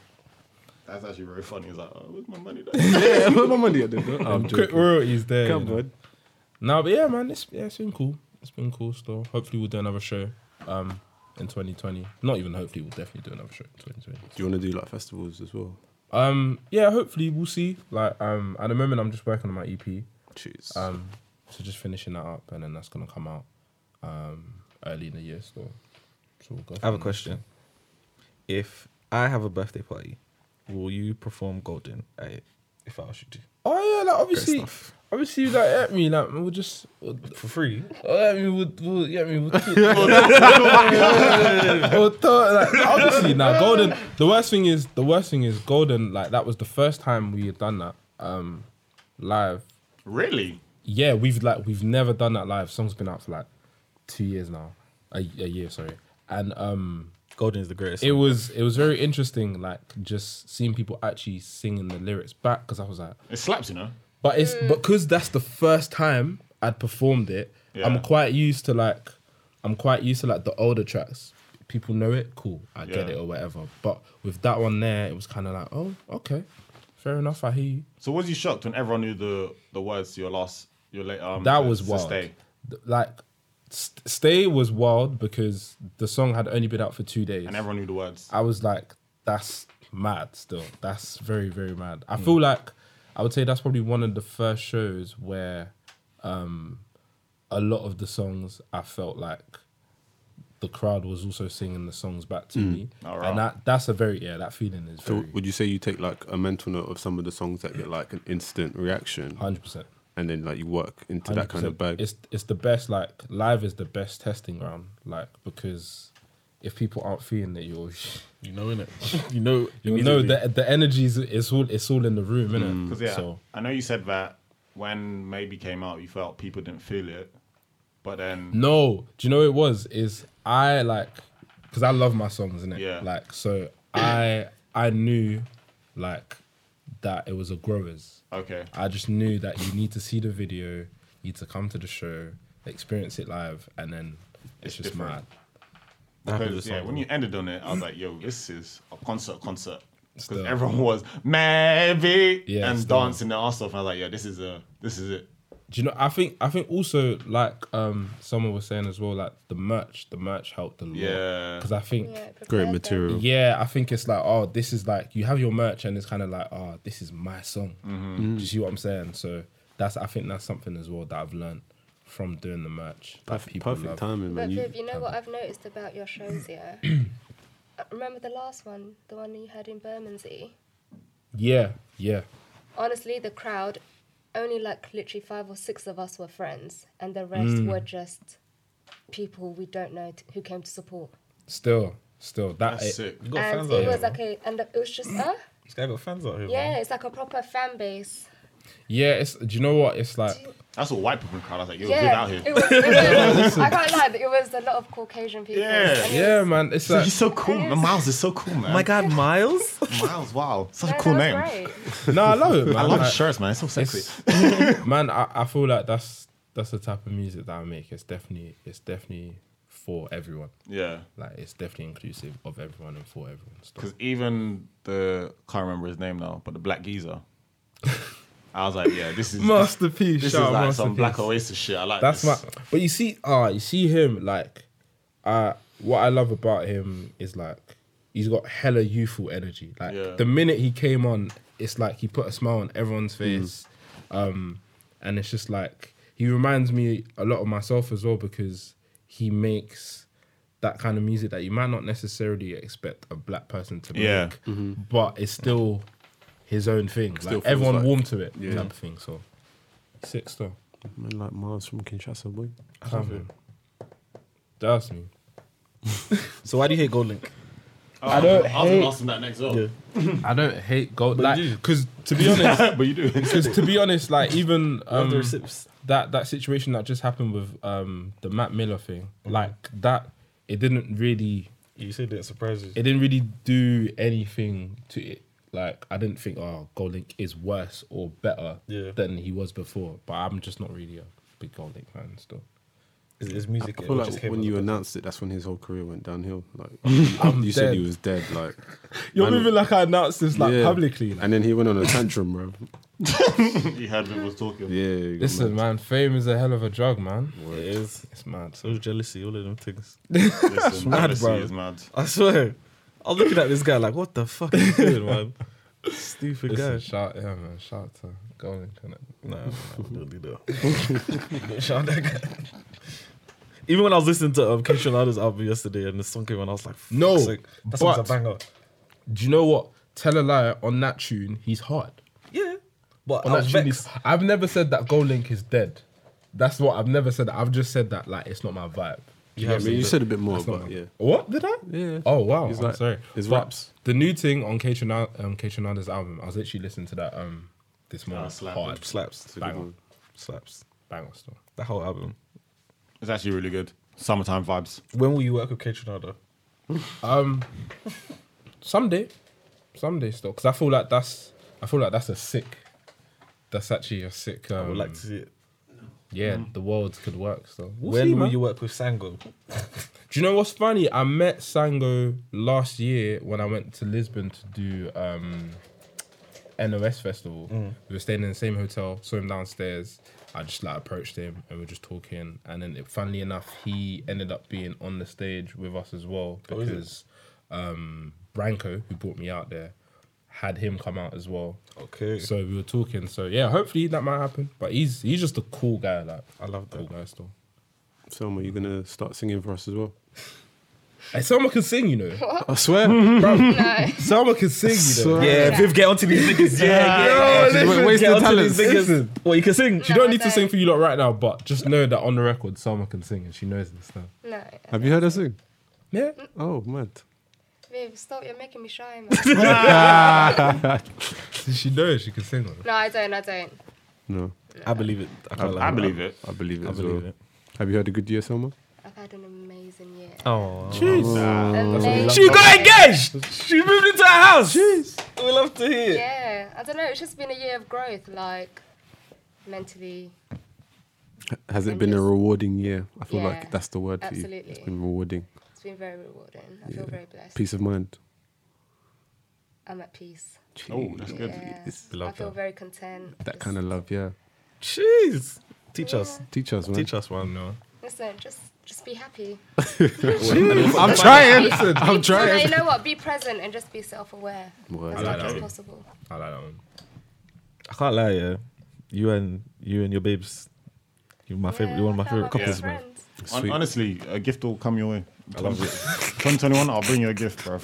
That's actually very funny. It's like, oh, where's my money? there? Yeah, put my money at them. I'm Quick joking. royalties there. Come you know. on. No, but yeah, man, it's yeah, it's been cool. It's been cool still. Hopefully we'll do another show. Um in 2020. Not even hopefully we'll definitely do another show in 2020. Do you want to do like festivals as well? Um yeah, hopefully we'll see. Like um at the moment I'm just working on my EP. Cheers. Um so just finishing that up and then that's gonna come out um early in the year still. So we'll go I have a from question. If I have a birthday party, will you perform Golden at it? If I asked you to, Oh yeah, like obviously stuff. obviously like at me, like we'll just we'll, for free. I mean, we'll, we'll, yeah, I mean, we'll, we'll talk, like, obviously, now Golden. The worst thing is, the worst thing is Golden. Like that was the first time we had done that um, live. really? Yeah, we've like we've never done that live. Song's been out for like two years now, a, a year, sorry. And um, Golden is the greatest. it was it was very interesting, like just seeing people actually singing the lyrics back because I was like, It slaps, you know? but it's because that's the first time I'd performed it. Yeah. I'm quite used to like, I'm quite used to like the older tracks. People know it, cool, I get Yeah. it or whatever. But with that one there, it was kind of like, oh, okay, fair enough. I hear you. So was you shocked when everyone knew the, the words to your last, your late, um, That to- was to wild. Stay? Th- Like St- Stay was wild because the song had only been out for two days. and everyone knew the words. I was like, that's mad still. That's very, very mad. I feel like I would say that's probably one of the first shows where um a lot of the songs I felt like the crowd was also singing the songs back to me. Alright. And that that's a very yeah, that feeling is So very would you say you take like a mental note of some of the songs that get like an instant reaction, hundred percent. and then like you work into that kind of 100%. bag? It's it's the best. Like live is the best testing ground. Like because if people aren't feeling it, you're You know, innit? You know, you know the the energy is it's all it's all in the room, innit? Because Mm. yeah, So I know you said that when maybe came out, you felt people didn't feel it, but then no, do you know what it was? Is I like because I love my songs, innit? Yeah. Like so, I I knew like that it was a growers. okay, I just knew that you need to see the video, you need to come to the show, experience it live, and then it's, It's just different. mad. Happy Because, to yeah, solve when it. you ended on it, I was like, yo, this is a concert, concert. Because Still. everyone was maybe Yeah, and still. dancing their ass off. And I was like, yeah, this is a this is it. do you know i think i think also like um someone was saying as well like the merch the merch helped a lot Yeah. because i think Yeah, great prepared them. material. yeah i think it's like oh this is like you have your merch and it's kind of like oh this is my song Mm-hmm. Mm. do you see what i'm saying so that's i think that's something as well that i've learned from doing the merch that Perfect, perfect love. timing, But man. You, Viv, you know what I've noticed about your shows, yeah? Uh, Remember the last one, the one you had in Bermondsey? yeah yeah Honestly, the crowd, only like literally five or six of us were friends, and the rest Mm. were just people we don't know t- who came to support. still still that That's it, sick. You got and fans out it here. was man. like a, and it was just, uh, This guy got fans out here. yeah, man. it's like a proper fan base. yeah it's do you know what it's like That's all white people crowd. I was like, yo, good yeah, out here. it was. It was I can't lie, but it was a lot of Caucasian people. Yeah. and it yeah was- man it's So like he's so cool. Miles is so cool, man. My God, Miles. Miles, wow. Such no, a cool that name. was great. no i love it man. I love his Like, shirts, man. It's so sexy. It's- man, I, I feel like that's that's the type of music that I make. It's definitely it's definitely for everyone. Yeah. Like it's definitely inclusive of everyone and for everyone. Stop. Because even the, can't remember his name now, but the black geezer. I was like, yeah, this is. Masterpiece. This is shout out like some masterpiece. Black Oasis shit. I like That's my. this. But you see, ah, you see him like, uh, what I love about him is like, he's got hella youthful energy. Like Yeah. the minute he came on, it's like he put a smile on Mm. everyone's face, um, and it's just like he reminds me a lot of myself as well because he makes that kind of music that you might not necessarily expect a black person to make, Yeah. but it's still his own thing. Mm-hmm. Still like feels everyone like- warmed to it, Yeah. type of thing. So, six though. man, like Mars from Kinshasa, boy. Come That's me. So why do you hate Gold Link? I don't I was hate- asking that next up. Yeah. I don't hate gold, But like, you do. because to be honest, but you do. because to be honest, like even Love the um, receipts. that that situation that just happened with um the Matt Miller thing, like that, it didn't really, Mm-hmm. You said that surprises. it didn't really do anything to it. Like I didn't think, oh, Gold Link is worse or better Yeah. than he was before. But I'm just not really a big Gold Link fan still. It's, it's music. I it feel just like came when out you of- announced it, that's when his whole career went downhill. Like you said, he dead. was dead. Like You're Man- moving like I announced this like Yeah. publicly. Like. and then he went on a tantrum, bro. you heard what was talking. Yeah, he got Listen, mad. man, fame is a hell of a drug, man. It is. It's mad. So is jealousy, all of them things. Listen, mad, jealousy bro. is mad. I swear. I was looking at this guy like, what the fuck is he doing, man? Stupid Listen, guy. shout, yeah, man, shout to Golden Connect. Nah, nah, don't do that. Don't shout that guy. Even when I was listening to um, Keisha Lada's album yesterday and the song came on, I was like, fuck's No, sake, that song's but- a banger. Do you know what? Tell a liar on that tune, he's hard. Yeah. But On I that was tune, Oh, vexed. he's- I've never said that Gold Link is dead. That's what I've never said. That. I've just said that like it's not my vibe. You Yeah, I have mean, seen you that. said a bit more, That's not but my- yeah. What did I? Yeah. Oh wow. He's I'm like- sorry. his But raps. The new thing on K Trinada's um, K. Trinada's album. I was literally listening to that um this morning. slap. hard. slaps. Banger. Slaps. Banger still. That whole album. It's actually really good. Summertime vibes. When will you work with Keisha Lada? Um, someday, someday still, because I feel like that's I feel like that's a sick. That's actually a sick. Um, I would like to see it. Yeah, the worlds could work still. We'll when see, will man. you work with Sango? Do you know what's funny? I met Sango last year when I went to Lisbon to do Mm. um, NOS Festival. We were staying in the same hotel, saw him downstairs, I just like approached him and we are just talking, and then it, funnily enough, he ended up being on the stage with us as well Oh, is it? because um, Branko, who brought me out there, had him come out as well. Okay. So we were talking. So yeah, hopefully that might happen. But he's he's just a cool guy. Like I love that. cool guy still. Selma, are you gonna start singing for us as well? Hey, Selma can sing, you know. I swear. Selma can sing, you know. Swear. yeah, Viv, get onto these niggas. Yeah, yeah. Just wa- waste get your onto talents. these niggas. Listen. What you can sing? She don't need I to sing for you lot right now, but just know that on the record, Selma can sing and she knows this stuff. No, Have you heard her sing? Yeah. Oh, mad. babe, stop. You're making me shy, man. She knows she can sing. on it. no, I don't. I don't. No, I believe it. I, can't lie. I believe it. I believe it. I as believe well. it. Have you heard a good year, Selma? I've had an amazing year. Oh, Amazing. she got engaged. She moved into a house. We love to hear. it. Yeah, I don't know. It's just been a year of growth, like mentally. Has it I'm been a just- rewarding year? I feel Yeah, like that's the word for you. It's absolutely. been rewarding. It's been very rewarding. I feel very blessed. Peace of mind. I'm at peace. Oh, that's good. Yeah. I Love feel that. very content. That kind of love, yeah. Jeez. Teach us. Teach us, man. Teach us one. No. Listen, just just be happy. I'm trying. I'm No, trying. you know what? Be present and just be self-aware Word. as like much as that. possible. I like that one. I can't lie. Yeah, you and you and your babes. You're my favorite. You're one of my Yeah, favorite best couples, man. friends. Hon- Sweet. honestly, a gift will come your way. 2021, I'll bring you a gift, bro.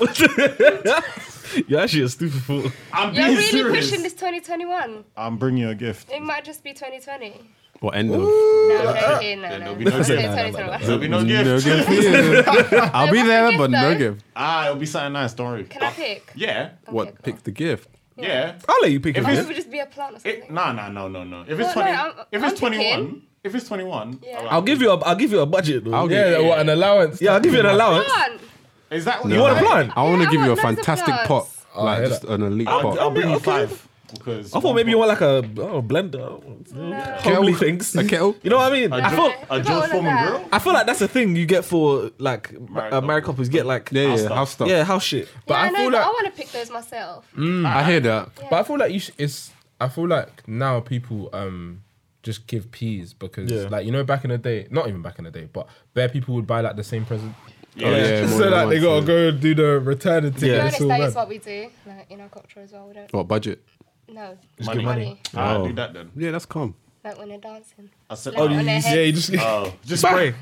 You're actually a stupid fool. I'm You're being really serious. pushing this 2021. I'm bringing you a gift. It might just be 2020. What end of? No, I'm joking. No, no. there'll be no It's gift. 2021. There'll be no No gift. gift. yeah. I'll be what's the there, gift, but no though? gift. Ah, it'll be something nice. Don't worry. Can I pick? Yeah, Okay, What? cool. Pick the gift. yeah. I'll let you pick If Or it's- it. should we just be a plant or something? It, nah, nah, no, no, no. If it's Well, no, 20, I'm- if it's I'm picking. 21, if it's 21, Yeah. alright. I'll give you a. I'll give you a budget though. I'll yeah, give- Yeah, what an allowance. yeah, I'll give you an allowance. Plant. Is that what You want a like? plant? I want to Yeah, I give you a want loads of fantastic pot, plants. Oh, like hear just an elite I'll, I'll pot. bring you Okay. five because I thought maybe you want like a oh, blender, homely things. A kettle? You know what I mean? a, I George- feel. a I've got all George of Foreman that. grill. I feel like that's a thing you get for like Married uh, married couples get like Yeah, House yeah, stuff. house stuff. yeah house shit. But I yeah, I know, feel but like- I want to pick those myself. Mm. I hear that. But I feel like you. Sh- it's. I feel like now people um just give peas because Yeah. like you know back in the day, not even back in the day, but bare people would buy like the same present. Oh, yeah, more so than like they once, gotta go yeah. do the return and To yeah. be it's honest, all that is bad. what we do like, in our culture as well. We don't, What budget? no, Money. money. I'll Oh. do Ah, that then. Yeah, that's calm. Like when they're dancing. I said, Like, oh, on their Yeah, you heads. just oh, just spray. And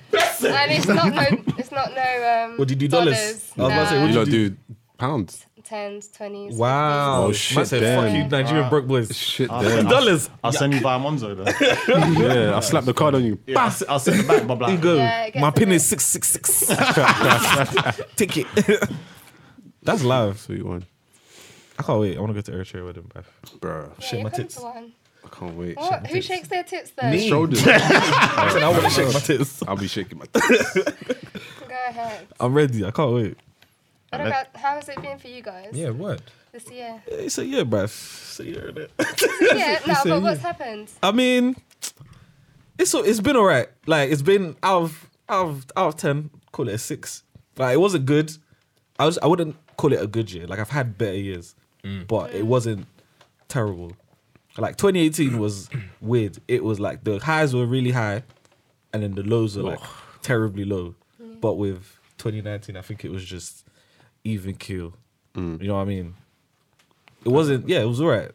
it's not no, it's not no. Um, What do you do dollars? I was about to say, what You do gotta do pounds. Tens, twenties. Wow. Oh, Man shit, said, damn. Fuck you, Nigerian broke boys. Shit, I'll damn. send- Dollars. I'll send you via Monzo then. yeah, I'll slap the card on you. Yeah, I'll, sit- I'll send it back, blah, blah. You go. Yeah, it My gets a pin bit- is six six six. Take it. That's live. Sweet one. I can't wait. I want to go to Eritrea with him, bruv. Bruh, Shake my tits. One. I can't wait. What? Who shakes their tits though? Me. Shoulders. I said I want to shake my tits. I'll be shaking my tits. Go ahead. I'm ready. I can't wait. What about how has it been for you guys yeah, word. this year? It's a year, bruv. It's a year, innit? Yeah, no, a but what's happened? I mean, it's it's been alright. Like it's been out of out of out of ten, call it a six. Like it wasn't good. I was I wouldn't call it a good year. Like I've had better years, but it wasn't terrible. Like 2018 was weird. It was like the highs were really high, and then the lows were like terribly low. But with 2019, I think it was just even keel. You know what I mean? It wasn't. Yeah, it was alright.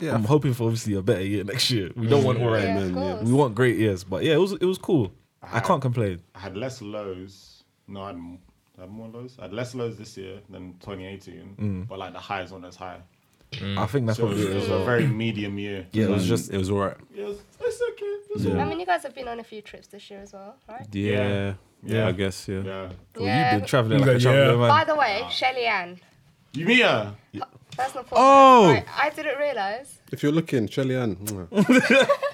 Yeah. I'm hoping for obviously a better year next year. We don't want alright. yeah, man, of yeah. course. We want great years, but yeah, it was it was cool. I can't complain. I had less lows. No, I had, m- I had more lows. I had less lows this year than 2018, but like the highs weren't as high. I think Mm. that's So it probably was, it it was as a well. very medium year. Yeah, It was just, it was alright. It was, it's okay. It's Yeah. I mean, you guys have been on a few trips this year as well, right? Yeah. Yeah. Yeah, I guess, yeah. Yeah. Well, Yeah. You've been traveling like Yeah. a traveler, man. By the way, Shelly Ann, You mean yeah? that's not possible. Oh! Right, I didn't realize. If you're looking, Shelly Ann,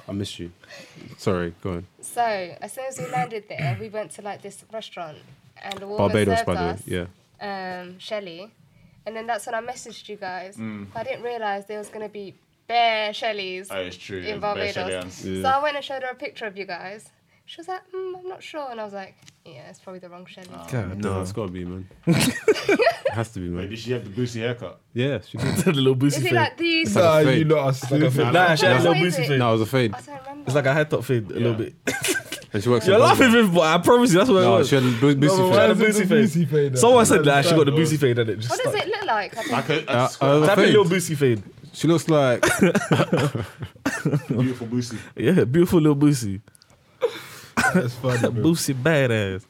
I miss you. Sorry, go on. So as soon as we landed there, we went to like this restaurant, and the woman Barbados, served by the way. us. Yeah. um, Shelly, and then that's when I messaged you guys. I didn't realize there was gonna be bare Shellys Mm. Oh, it's true. in Bare Barbados. Shelly Ann's. So I went and showed her a picture of you guys. She was like, mm, I'm not sure. And I was like, yeah, it's probably the wrong Shelley. Oh. No, it's got to be, man. it has to be, Wait, man. did she have the boozy haircut? Yeah, she did. the little Is boozy it thing. like these? like Nah, a fade. you lot are stupid. fade. Nah, she had a What little is boozy it? thing. No, it was a fade. I don't remember. It's like a high top fade a little Yeah. bit. And she works You're in laughing, me, but I promise you, that's what it No, was. she had a bo- boosty No, fade. but why the That's boozy a fade? boozy fade, though. Someone said that she got the Understand, boozy fade and it just what does stuck. it look like? I don't I could, I Uh, swear, uh, Type in fade. little boozy fade. She looks like Uh, beautiful boozy. Yeah, beautiful little boozy. That's funny, bro. Boozy badass.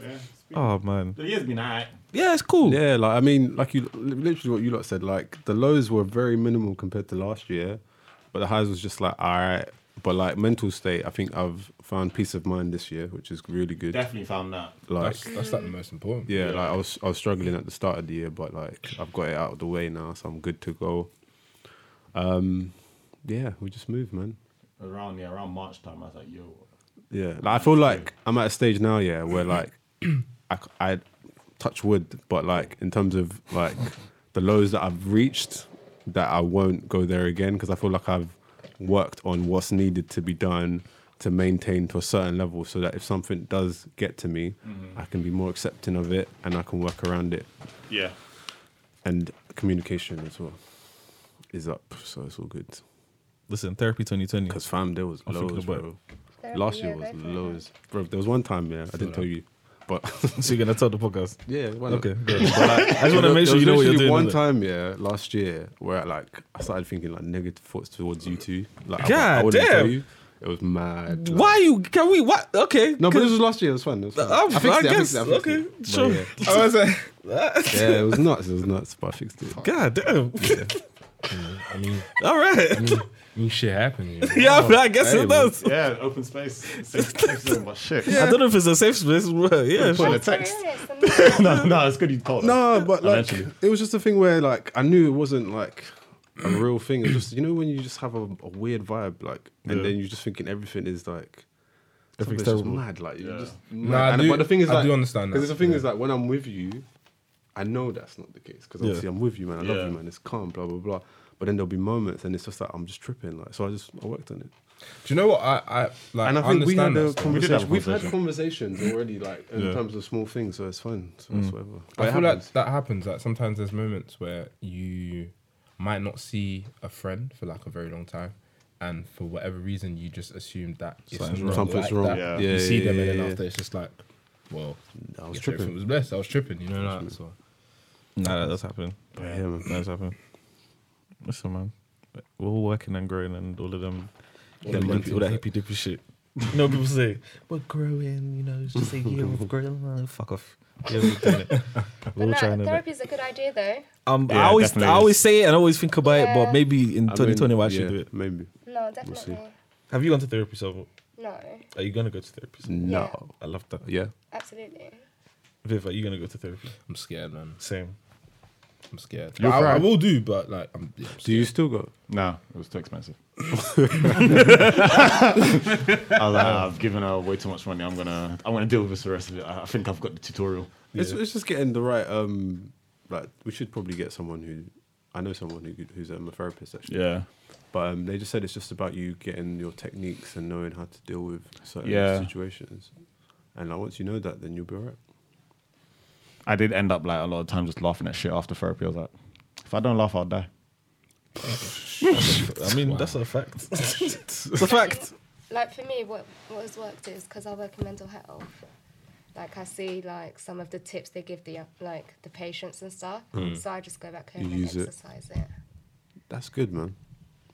Yeah, Oh man. the year's been alright. Yeah, it's cool. Yeah, like I mean, like you literally what you lot said. Like the lows were very minimal compared to last year, but the highs was just like all right. But like mental state, I think I've found peace of mind this year, which is really good. Definitely found that. Like That's, that's like the most important. yeah, like I was I was struggling at the start of the year, but like I've got it out of the way now, so I'm good to go. Um, yeah, we just move, man. Around yeah, around March time, I was like, yo, Yeah, like, I feel like I'm at a stage now, yeah, where like I, c- I touch wood, but like in terms of like the lows that I've reached, that I won't go there again because I feel like I've worked on what's needed to be done to maintain to a certain level, so that if something does get to me, I can be more accepting of it and I can work around it. yeah. And communication as well is up, so it's all good. Listen, therapy 2020. Because fam, there was I'm thinking lows, about bro. Therapy, Last year yeah, was go for it, man. lows, bro. There was one time, yeah, I didn't tell you, but. So you're gonna tell the podcast. Yeah, why not? Okay. I just wanna make sure you know what you're doing, One innit? time, yeah, last year, where like I started thinking like negative thoughts towards you two. Like, I- I, God wouldn't tell damn. you. It was mad. like- Why you can we what okay. No, but this cause- was last year. It was fun. It was fun. I'm- fixed Uh, I it, fixed guess, it, fixed okay, it. But sure. Yeah. I was like, Yeah, it was nuts. It was nuts, but I fixed it. God damn. Mm. I mean, All right. I mean, shit happened. you know. yeah, I, mean, I guess Hey, it does. Yeah, open space. Safe, safe zone, but shit. I don't know if it's a safe space. But yeah, Put in sure. a text. Serious, I'm not- no, no, it's good you told us. No, but like Eventually. it was just a thing where like I knew it wasn't like a real thing. It was just you know when you just have a, a weird vibe, like, and Yeah. then you're just thinking everything is like. Everything's Everything's just terrible. mad, like you're Yeah. just. Nah, mad. I And- do- but the thing is, I like, do understand that. 'cause the thing Yeah. is, like when I'm with you, I know that's not the case because obviously I'm with you, man. I love Yeah. you, man. It's calm, blah blah blah. But then there'll be moments, and it's just like I'm just tripping, like so. I just I worked on it, Do you know what I, I like? and I think we had understand a that stuff. We did conversation. have a We have had conversations already, like in terms of small things, so it's fine. So it's whatever. Mm. But I it feel happens. like that happens. Like sometimes there's moments where you might not see a friend for like a very long time, and for whatever reason, you just assume that it's Something's not wrong. like Something's wrong. that. Yeah. you Yeah, see yeah, them, yeah, and yeah. then after it's just like, well, I was if tripping. everything was blessed. I was tripping. You know, like, so Nah, that does happen. Yeah, man. That does happen. Listen, man. We're all working and growing and all of them. All them the hippie- all that hippie dippy shit. You know, people say, we're growing, you know, it's just a year of growing. Uh, Fuck off. Yeah, we're doing it. We're But all no, trying to. do it. therapy is a good idea though. Um, Yeah, I always, I definitely always is. say it and always think about it, but Yeah. maybe in I mean, 2020, why should yeah, do it? Maybe No, see. definitely. Have you gone to therapy, so No, Are you gonna go to therapy? Savo? no. I love that. Yeah, absolutely. Viv, are you gonna go to therapy? I'm scared, man. Same. I'm scared. You're But I, I right. will do, but like, I'm, yeah, I'm Do you still go? No, it was too expensive. I was like, I've given her way too much money. I'm gonna, I'm gonna deal with this the rest of it. I I think I've got the tutorial. It's, it's just getting the right. Um, like we should probably get someone who I know someone who who's um, a therapist actually. Yeah, But um, they just said it's just about you getting your techniques and knowing how to deal with certain Yeah. situations. And like, once you know that, then you'll be alright. I did end up like a lot of times just laughing at shit after therapy. I was like, if I don't laugh, I'll die. I mean, that's a fact. it's a fact. Like for me, what what has worked is because I work in mental health. Like I see like some of the tips they give the uh, like the patients and stuff. So I just go back home You and use it. exercise it. That's good, man.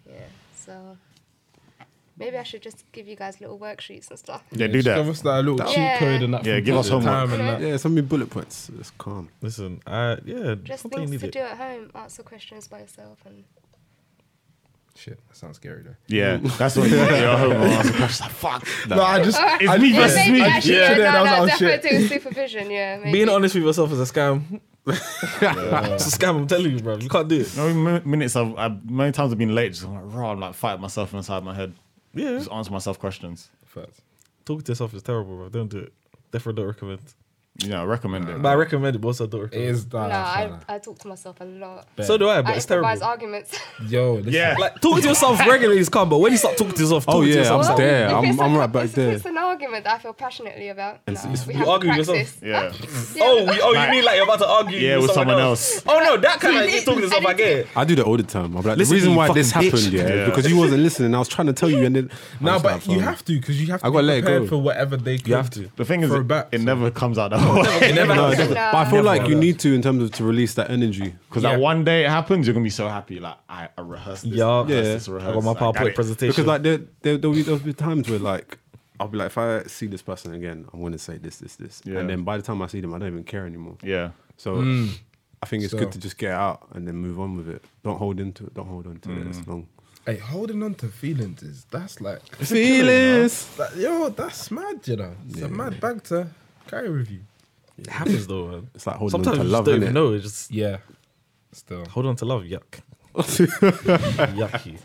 Yeah. So maybe I should just give you guys little worksheets and stuff. Yeah, just Give us that little Yeah. cheat code and that. Yeah, from give us time to homework. time and that. Yeah, some of your bullet points. It's calm. Listen, I yeah, Just probably things need to it. do at home, answer questions by yourself, and Shit, that sounds scary though. Yeah, that's what you're at home. I was like, "Gosh, like, fuck. No, I just. It's me Yeah, versus maybe me. actually, Yeah. yeah, Then I no, was no, like, oh, definitely with supervision. Yeah, maybe. Being honest with yourself is a scam. it's a scam. I'm telling you, bro. You can't do it. No minutes. I've, I've many times I've been late. Just I'm like, raw. I'm like fighting myself inside my head. Yeah, Just answer myself questions. Facts. talking to yourself is terrible, bro. Don't do it. Therefore, don't recommend. you know, recommend it. But I recommend it, but also I don't It recommend is No, that. I, I talk to myself a lot. it. So do I, but I it's terrible. improvise arguments. Yo, listen. Yeah. Like, talk to yourself regularly is calm, but when you start talking to yourself, talk Oh, to yeah, yourself. I'm stop. there. if I'm- it's I'm a- right back if there. It's an argument that I feel passionately about. no, it's- we you have to argue with practice. yourself? Yeah. Yeah. Oh, you, oh, you mean like you're about to argue? Yeah, with someone Oh no, that kind of talking to yourself. I get. it. I do that all the time. I'm like, Listen, the reason you why this fucking bitch. happened, yeah, Yeah. because you wasn't listening. I was trying to tell you, and then I No, was but like, oh. you fam, have to because you have to I gotta be let it prepared go. for whatever they could. have to. The thing is, throw it, back, it so. never comes out that way. It never No, happens. Oh, definitely. No. But I feel Never like you does. need to in terms of to release that energy. Because Yeah. that one day it happens, you're gonna be so happy. Like I, I rehearsed this. Yeah, rehearsed Yeah. this, I rehearsed got my this, I got PowerPoint it. presentation. Because like there, there, there'll, be, there'll be times where like I'll be like, if I see this person again, I'm gonna say this, this, this, Yeah. and then by the time I see them, I don't even care anymore. Yeah. So I think it's So- good to just get it out and then move on with it. Don't hold into it. Don't hold on to it as Hmm. long. Hey, holding on to feelings is that's like, Feelings. that- yo, that's mad, you know. It's a mad bag to carry with you. it happens though. Oh, Man. It's like holding Sometimes on you to just love, don't even innit? know. It's just Yeah, still. hold on to love. Yuck, yucky.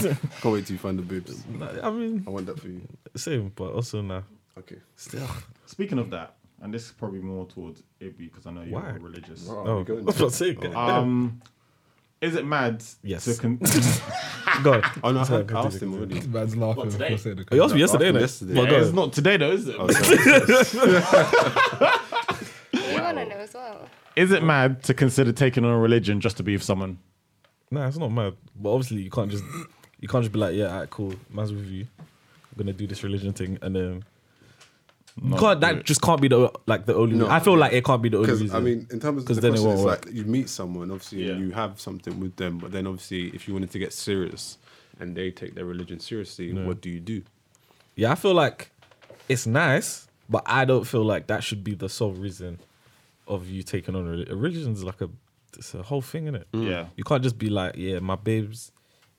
Can't wait till you find the boobs. Nah, I mean, I want that for you. same, but also nah. Okay. Still, Speaking of that, and this is probably more towards Ibby because I know you're Why? more religious. oh, I'm not saying. it. Um, is it mad? Yes. To con- Go. on. Oh no, I, Sorry, I asked him continue. already. Man's laughing. today? of course, in the Oh, you asked me No, yesterday, after innit? yesterday. But Yeah, go Oh, it's on. not today though, is it? You want to know as well. is it mad to consider taking on a religion just to be with someone? Nah, it's not mad. But obviously, you can't just you can't just be like, yeah, alright, cool, man's with you. I'm gonna do this religion thing, and then you can't. That just can't be the like the only. No. I feel like it can't be the only Because reason. I mean, in terms of 'Cause the then it question, it's won't like you meet someone, obviously, and Yeah. you have something with them. But then, obviously, if you wanted to get serious and they take their religion seriously, what do you do? yeah, I feel like it's nice, but I don't feel like that should be the sole reason of you taking on religion. Religion's like a it's a whole thing, innit? Yeah. You can't just be like, yeah, my babes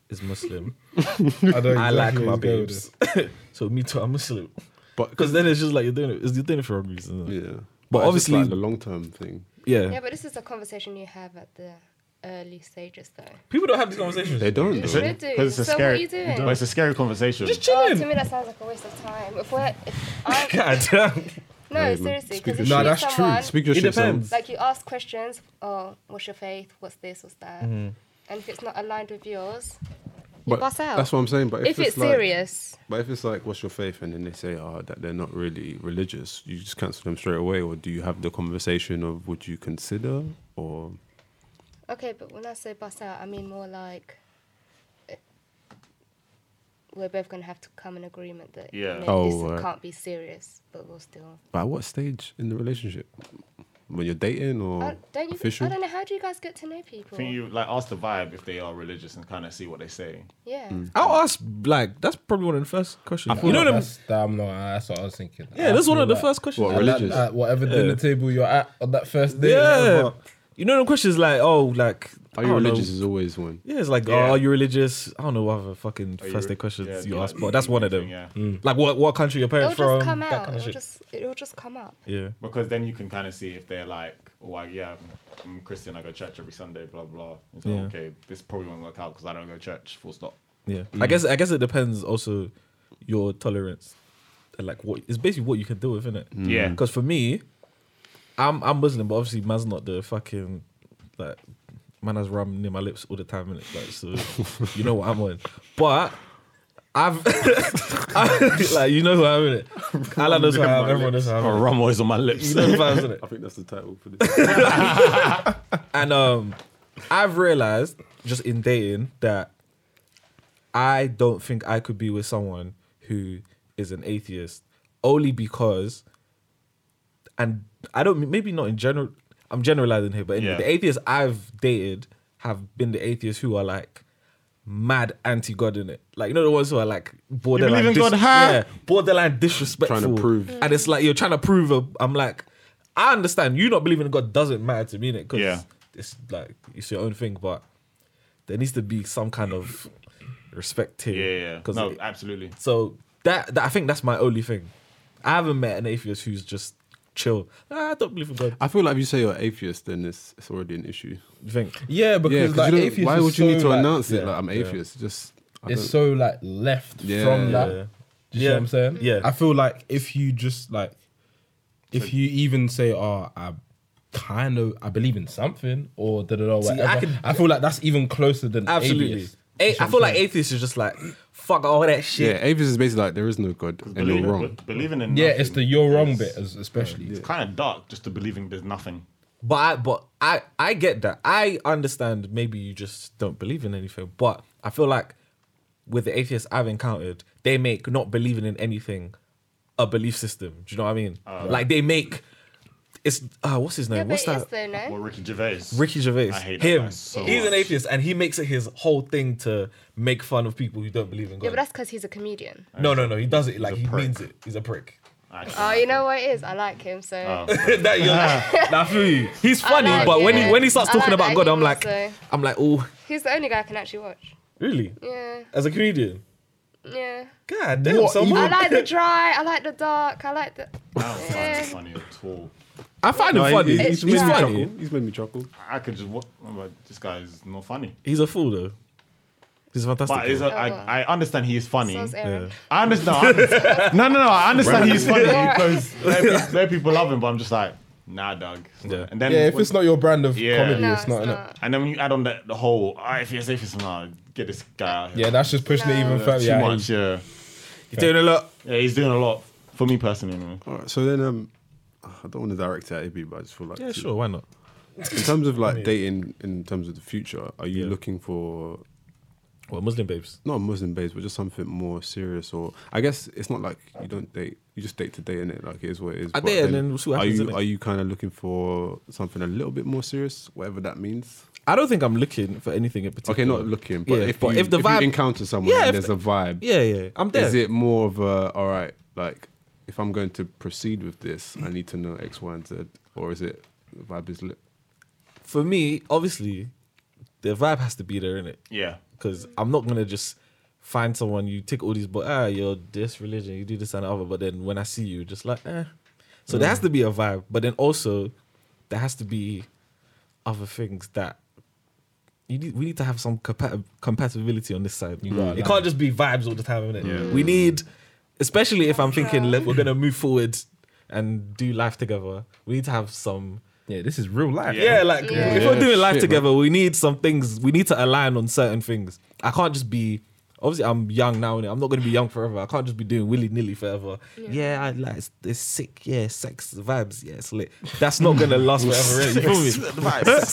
is Muslim. I, know I like exactly my where he's going with babes. so me too, I'm Muslim. But Because then it's just like you're doing it. You're doing it for a reason. yeah, innit? but, obviously- it's just like the long term thing. Yeah. Yeah, but this is a conversation you have at the early stages, though. People don't have these conversations. They don't. You though. should do. Because it's a so scary. what are you doing? But it's a scary conversation. Just Oh, to chilling. me, that sounds like a waste of time. If we're, if I, God damn. no, man. seriously, Speak your shit. because if you Nah, meet that's true. someone, Speak your It shit. depends. Sam. like you ask questions. Oh, what's your faith? What's this? What's that? And if it's not aligned with yours, Mm-hmm. But bust out. That's what I'm saying. But if, if it's like- serious, but if it's like, what's your faith? And then they say, oh, that they're not really religious. You just cancel them straight away, or do you have the conversation of would you consider or? okay. But when I say bust out, I mean more like. eh, We're both gonna have to come in agreement that Yeah. maybe Oh, this right. can't be serious, but we'll still. But at what stage in the relationship? When you're dating or I, Uh, don't you? official? I don't know. How do you guys get to know I people? think you like ask the vibe if they are religious and kind of see what they say. yeah. Hmm. I'll ask, like, that's probably one of the first questions. it. You know them? that's, that I'm not, that's what I was thinking. Yeah, I that's one feel of the like- first questions. What, I like religious? that, whatever dinner table you're at on that first day. Yeah. whatever. You know them questions like, oh, like, I Are you don't know. religious? Is always one. Yeah, it's like, Yeah. oh, are you religious? I don't know what other fucking you first day re- questions yeah, you yeah, ask, but that's one of them. Mm. yeah. Like, what what country your It'll parents from? just come that out. kind of it'll shit. just it'll just come up. yeah. Because then you can kind of see if they're like, oh, like, yeah, I'm Christian, I go to church every Sunday, blah, blah. It's like, Yeah. okay, this probably won't work out because I don't go to church, full stop. Yeah. I guess I guess it depends also your tolerance. And like what it's basically what you can deal with, isn't it? Yeah. Because for me, I'm I'm Muslim, but obviously man's not the fucking like man has rum near my lips all the time, innit? Like so you know what I'm on. But I've like you know who I'm in it. Alan knows who I am, everyone knows who I am. Or rum always on my lips. You know the vibes, innit? I think that's the title for this. And um, I've realized just in dating that I don't think I could be with someone who is an atheist only because, and I don't maybe not in general. I'm generalizing here, but anyway, Yeah. the atheists I've dated have been the atheists who are like mad anti-God in it. Like you know the ones who are like borderline, believe in God, huh? yeah, borderline disrespectful, Trying to prove. and it's like you're trying to prove. A, I'm like, I understand you not believing in God doesn't matter to me, it because Yeah. it's like it's your own thing, but there needs to be some kind of respect here. Yeah, yeah. 'Cause No, it- absolutely. so that, that I think that's my only thing. I haven't met an atheist who's just chill. Ah, I don't believe in God. I feel like if you say you're atheist, then it's it's already an issue. You think? Yeah, Yeah, because because like, you atheists don't- why is would you need so, to like, announce it? yeah, Like I'm yeah. atheist. Just I It's don't- so like left Yeah. from Yeah. that. Do you see Yeah. what I'm saying? Yeah. I feel like if you just like if you even say, "Oh, I kind of I believe in something," or da da da, See, I whatever, I, could- feel like that's even closer than Absolutely. atheist. A- That's I what feel I'm like saying. atheists is just like fuck all that Yeah, shit. atheist is basically like there is no god and Believe- you're wrong. be- Believing in yeah, it's the nothing you're wrong is- bit, as, especially. It's kind of dark just to believing there's nothing. But I, but I, I get that. I understand. Maybe you just don't believe in anything. But I feel like with the atheists I've encountered, they make not believing in anything a belief system. Do you know what I mean? Uh, like they make it's uh, what's his name? Yeah, what's but it that? is though, no? Or Ricky Gervais. Ricky Gervais. I hate that him. guy so He's an much. atheist, and he makes it his whole thing to make fun of people who don't believe in God. Yeah, but that's because he's a comedian. no, no, no. He does it like a he prick. means it. He's a prick. I don't Oh, you know what it is? I like him, so. Ah. that, you're like, nah, I feel you. He's funny, like but when he it. when he starts I talking like about that God, he I'm was, like, though. I'm like, oh, He's the only guy I can actually watch. really? Yeah, As a comedian? yeah. God damn, What so even- I much. like the dry. I like the dark. I like the. find Yeah. it funny at all. I find him No, he- funny. he- He's, he's made me funny. chuckle. He's made me chuckle. I could just what like, this guy is not funny. He's a fool though. He's a fantastic. But it's fool. a, God. I, I understand he is funny. So's Aaron. I understand. no, no, no. I understand he's funny because there there are people love him, but I'm just like, nah, Doug. Yeah. And then Yeah, if when- it's not your brand of Yeah. comedy, No, it's not. it's innit? not. and then when you add on the, the whole, all right, if you're safe, it's not. Get this guy out here. Yeah, that's just pushing it even That's further. too Yeah, much. Yeah. He's doing a lot. yeah, he's doing a lot for me personally. man. All right, so then um, I don't want to direct it at AB, but I just feel like Yeah, to- sure, why not? In terms of like dating, in terms of the future, are you looking for Well, Muslim babes. not Muslim based, but just something more serious? Or I guess it's not like you don't date; you just date to date, innit? Like it is what it is. I but date and then we'll see what are happens, you innit? are you kind of looking for something a little bit more serious, whatever that means? I don't think I'm looking for anything in particular. Okay, not looking, but, Yeah, if, but you, if the vibe- you encounter someone Yeah, and if- there's a vibe, Yeah, yeah. I'm there. is it more of a all right? Like if I'm going to proceed with this, I need to know X, Y, and Z, or is it the vibe is lit? For me, obviously, the vibe has to be there, innit? Yeah. Because I'm not gonna just find someone. You take all these, but ah, you're this religion, you do this and the other. But then when I see you, just like, eh. So there has Mm. to be a vibe, but then also there has to be other things that you need. We need to have some compa- compatibility on this side. Mm. gotta It like- can't just be vibes all the time, innit? We need, especially if I'm thinking like, we're gonna move forward and do life together. We need to have some. yeah, this is real life. Yeah, like Yeah. if we're doing life Shit, together, we need some things. We need to align on certain things. I can't just be. Obviously, I'm young now, and I'm not going to be young forever. I can't just be doing willy nilly forever. Yeah, I like it's, it's sick. Yeah, sex vibes. Yeah, it's lit. That's not going to last forever. Really, you feel me? Sex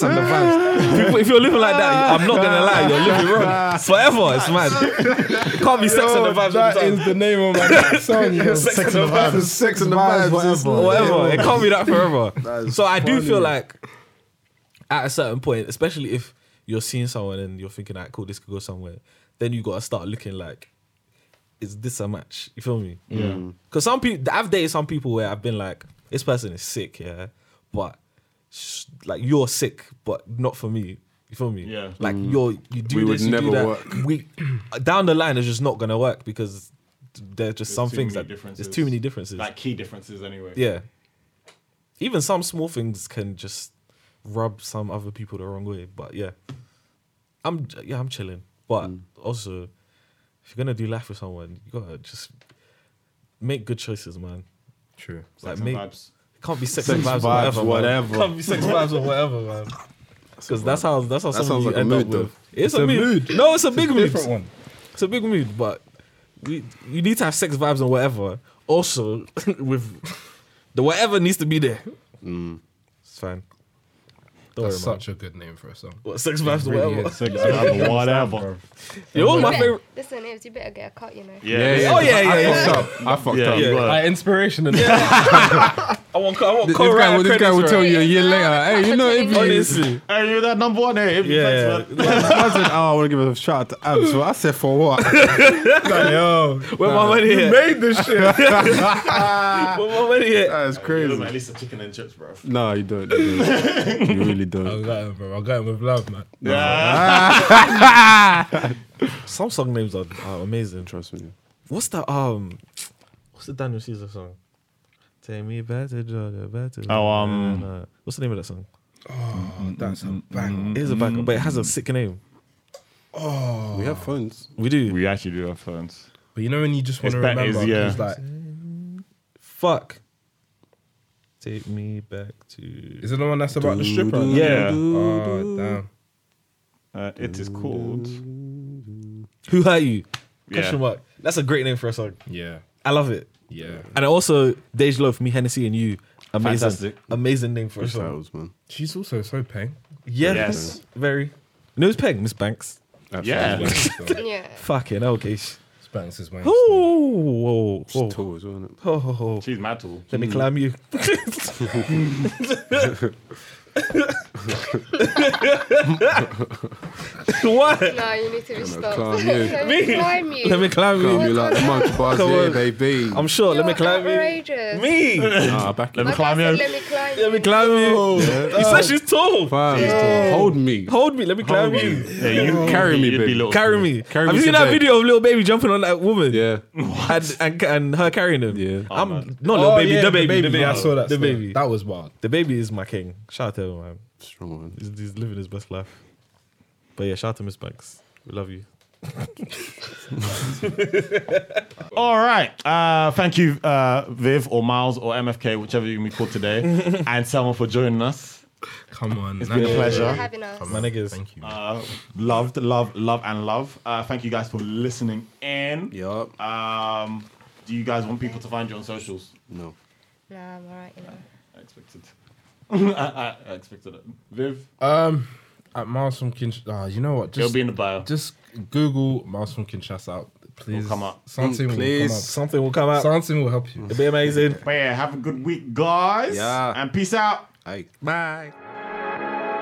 and the vibes. If, you- if you're living like that, I'm not going to lie. You're living wrong. It's forever. It's mad. It can't be sex and the vibes. all Oh, That the time. is the name of my song. yo. sex and the vibes. Sex and the vibes, Or whatever. It can't be that That forever. is so I do feel funny. like at a certain point, especially if you're seeing someone and you're thinking, "Alright, cool, this could go somewhere," then you gotta start looking like, "Is this a match?" You feel me? Yeah. Mm. Because some people, I've dated some people where I've been like, "This person is sick," yeah, but sh- like you're sick, but not for me. You feel me? Yeah. Like Mm. you're you do We would this, you do never that. work. We down the line it's just not gonna work because there's just some too things many that there's too many differences. Like key differences, anyway. Yeah. Even some small things can just rub some other people the wrong way. But yeah, I'm yeah I'm chilling. But Mm. also, if you're gonna do life with someone, you gotta just make good choices, man. True. Like Some make it vibes. can't be sex, Sex and vibes, vibes, whatever, whatever. Can't be sex vibes or whatever, man. Because that's how that's how That some of sounds you like a end up mood, though. with. It's, a, mood. No, it's a big mood. Different one. It's a big mood, but we you need to have sex vibes and whatever. Also, with the whatever needs to be there. Mm. It's fine. Don't That's worry, man. such a good name for a song. What, sex vibes and Really whatever. is. Sex Whatever. Whatever. You're all my Yeah. favorite. Listen, Ibs, you better get a cut, you know. Yeah. yeah. Oh yeah, yeah, I yeah. fucked up. I fucked Yeah, up. you are. My inspiration and I want, I want This guy, co will- this guy will tell you a year later. Hey, you know, if you Honestly, Hey, you're that number one. Hey, yeah. thanks, man. I said, oh, I want to give a shout out to Abs. Well, I said, for what? like, yo, Where my money at? made this shit. Where my money at? That's You look like crazy. at least a chicken and chips, bro. No, you don't. You, don't. you I really Oh, don't. got him, bro. I got him with love, man. Some song names are, are amazing. Trust me. What's that? Um, what's the Daniel Caesar song? Take me back to Georgia, back to Oh, um, Nah, nah. what's the name of that song? Oh, that's a bang. It is a banger, but it has a sick name. Oh. We have phones. We do. We actually do have phones. But you know when you just want It's to back- remember, it's- yeah. it's like Fuck. Take me back to. Is it the one that's about the stripper? Yeah. Oh damn. Uh, it is called. Who hurt you? Yeah. Question mark. That's a great name for a song. Yeah. I love it. Yeah. And also, Dej Love, me Hennessy, and you. Amazing, Fantastic. amazing name for a Good song. titles, man. She's also so peng. Yes, Yes. very. No, it's Peng, Miss Banks. Yeah. Spanks Yeah. Fucking okay. is my Oh, whoa, It's whoa, tall as well, isn't it? ho, ho, ho. She's Hmm. mad tall. Let me climb you. what? No, you need to be stopped. climb you. Let me climb you. Let me climb Can't you. be like, come on, Come Jabazz, on. yeah, baby. I'm sure. Let me You're climb you. outrageous. Me. nah, back in Like I Climb said, you. Let me climb you. Let me climb you. You said she's tall. Fam, Hold me. Hold me. Let me climb you. Yeah, you Carry me, you'd baby. little- Carry me. Carry Have me you seen to that bed. video of little baby jumping on that woman? Yeah. And, and and her carrying him. Yeah. Oh, I'm not little baby, the baby. The baby. I saw that. The story. baby. That was wild. The baby is my king. Shout out to him, man. Strong one. He's, he's living his best life. But yeah, shout out to Miss Banks. We love you. All right. Uh, thank you, uh, Viv or Miles or MFK, whichever you can be called today, and Selma for joining us. Come on. It's been a Thank you for pleasure. having us. My niggas. Thank you. Uh, loved, love, love, and love. Uh, thank you guys for listening in. Yup. Um, do you guys want people to find you on socials? No. Nah, I'm alright, you know. I expected. I, I, I expected it. Viv, Um, at Miles from Kinshasa. ah, you know what? it'll Just be in the bio. just Google Miles from Kinshasa. Please Will come up. Something Please. will Something will come come up. out. Something will help you. It'll be amazing. But yeah, have a good week, guys. Yeah. And peace out. Hey. Bye.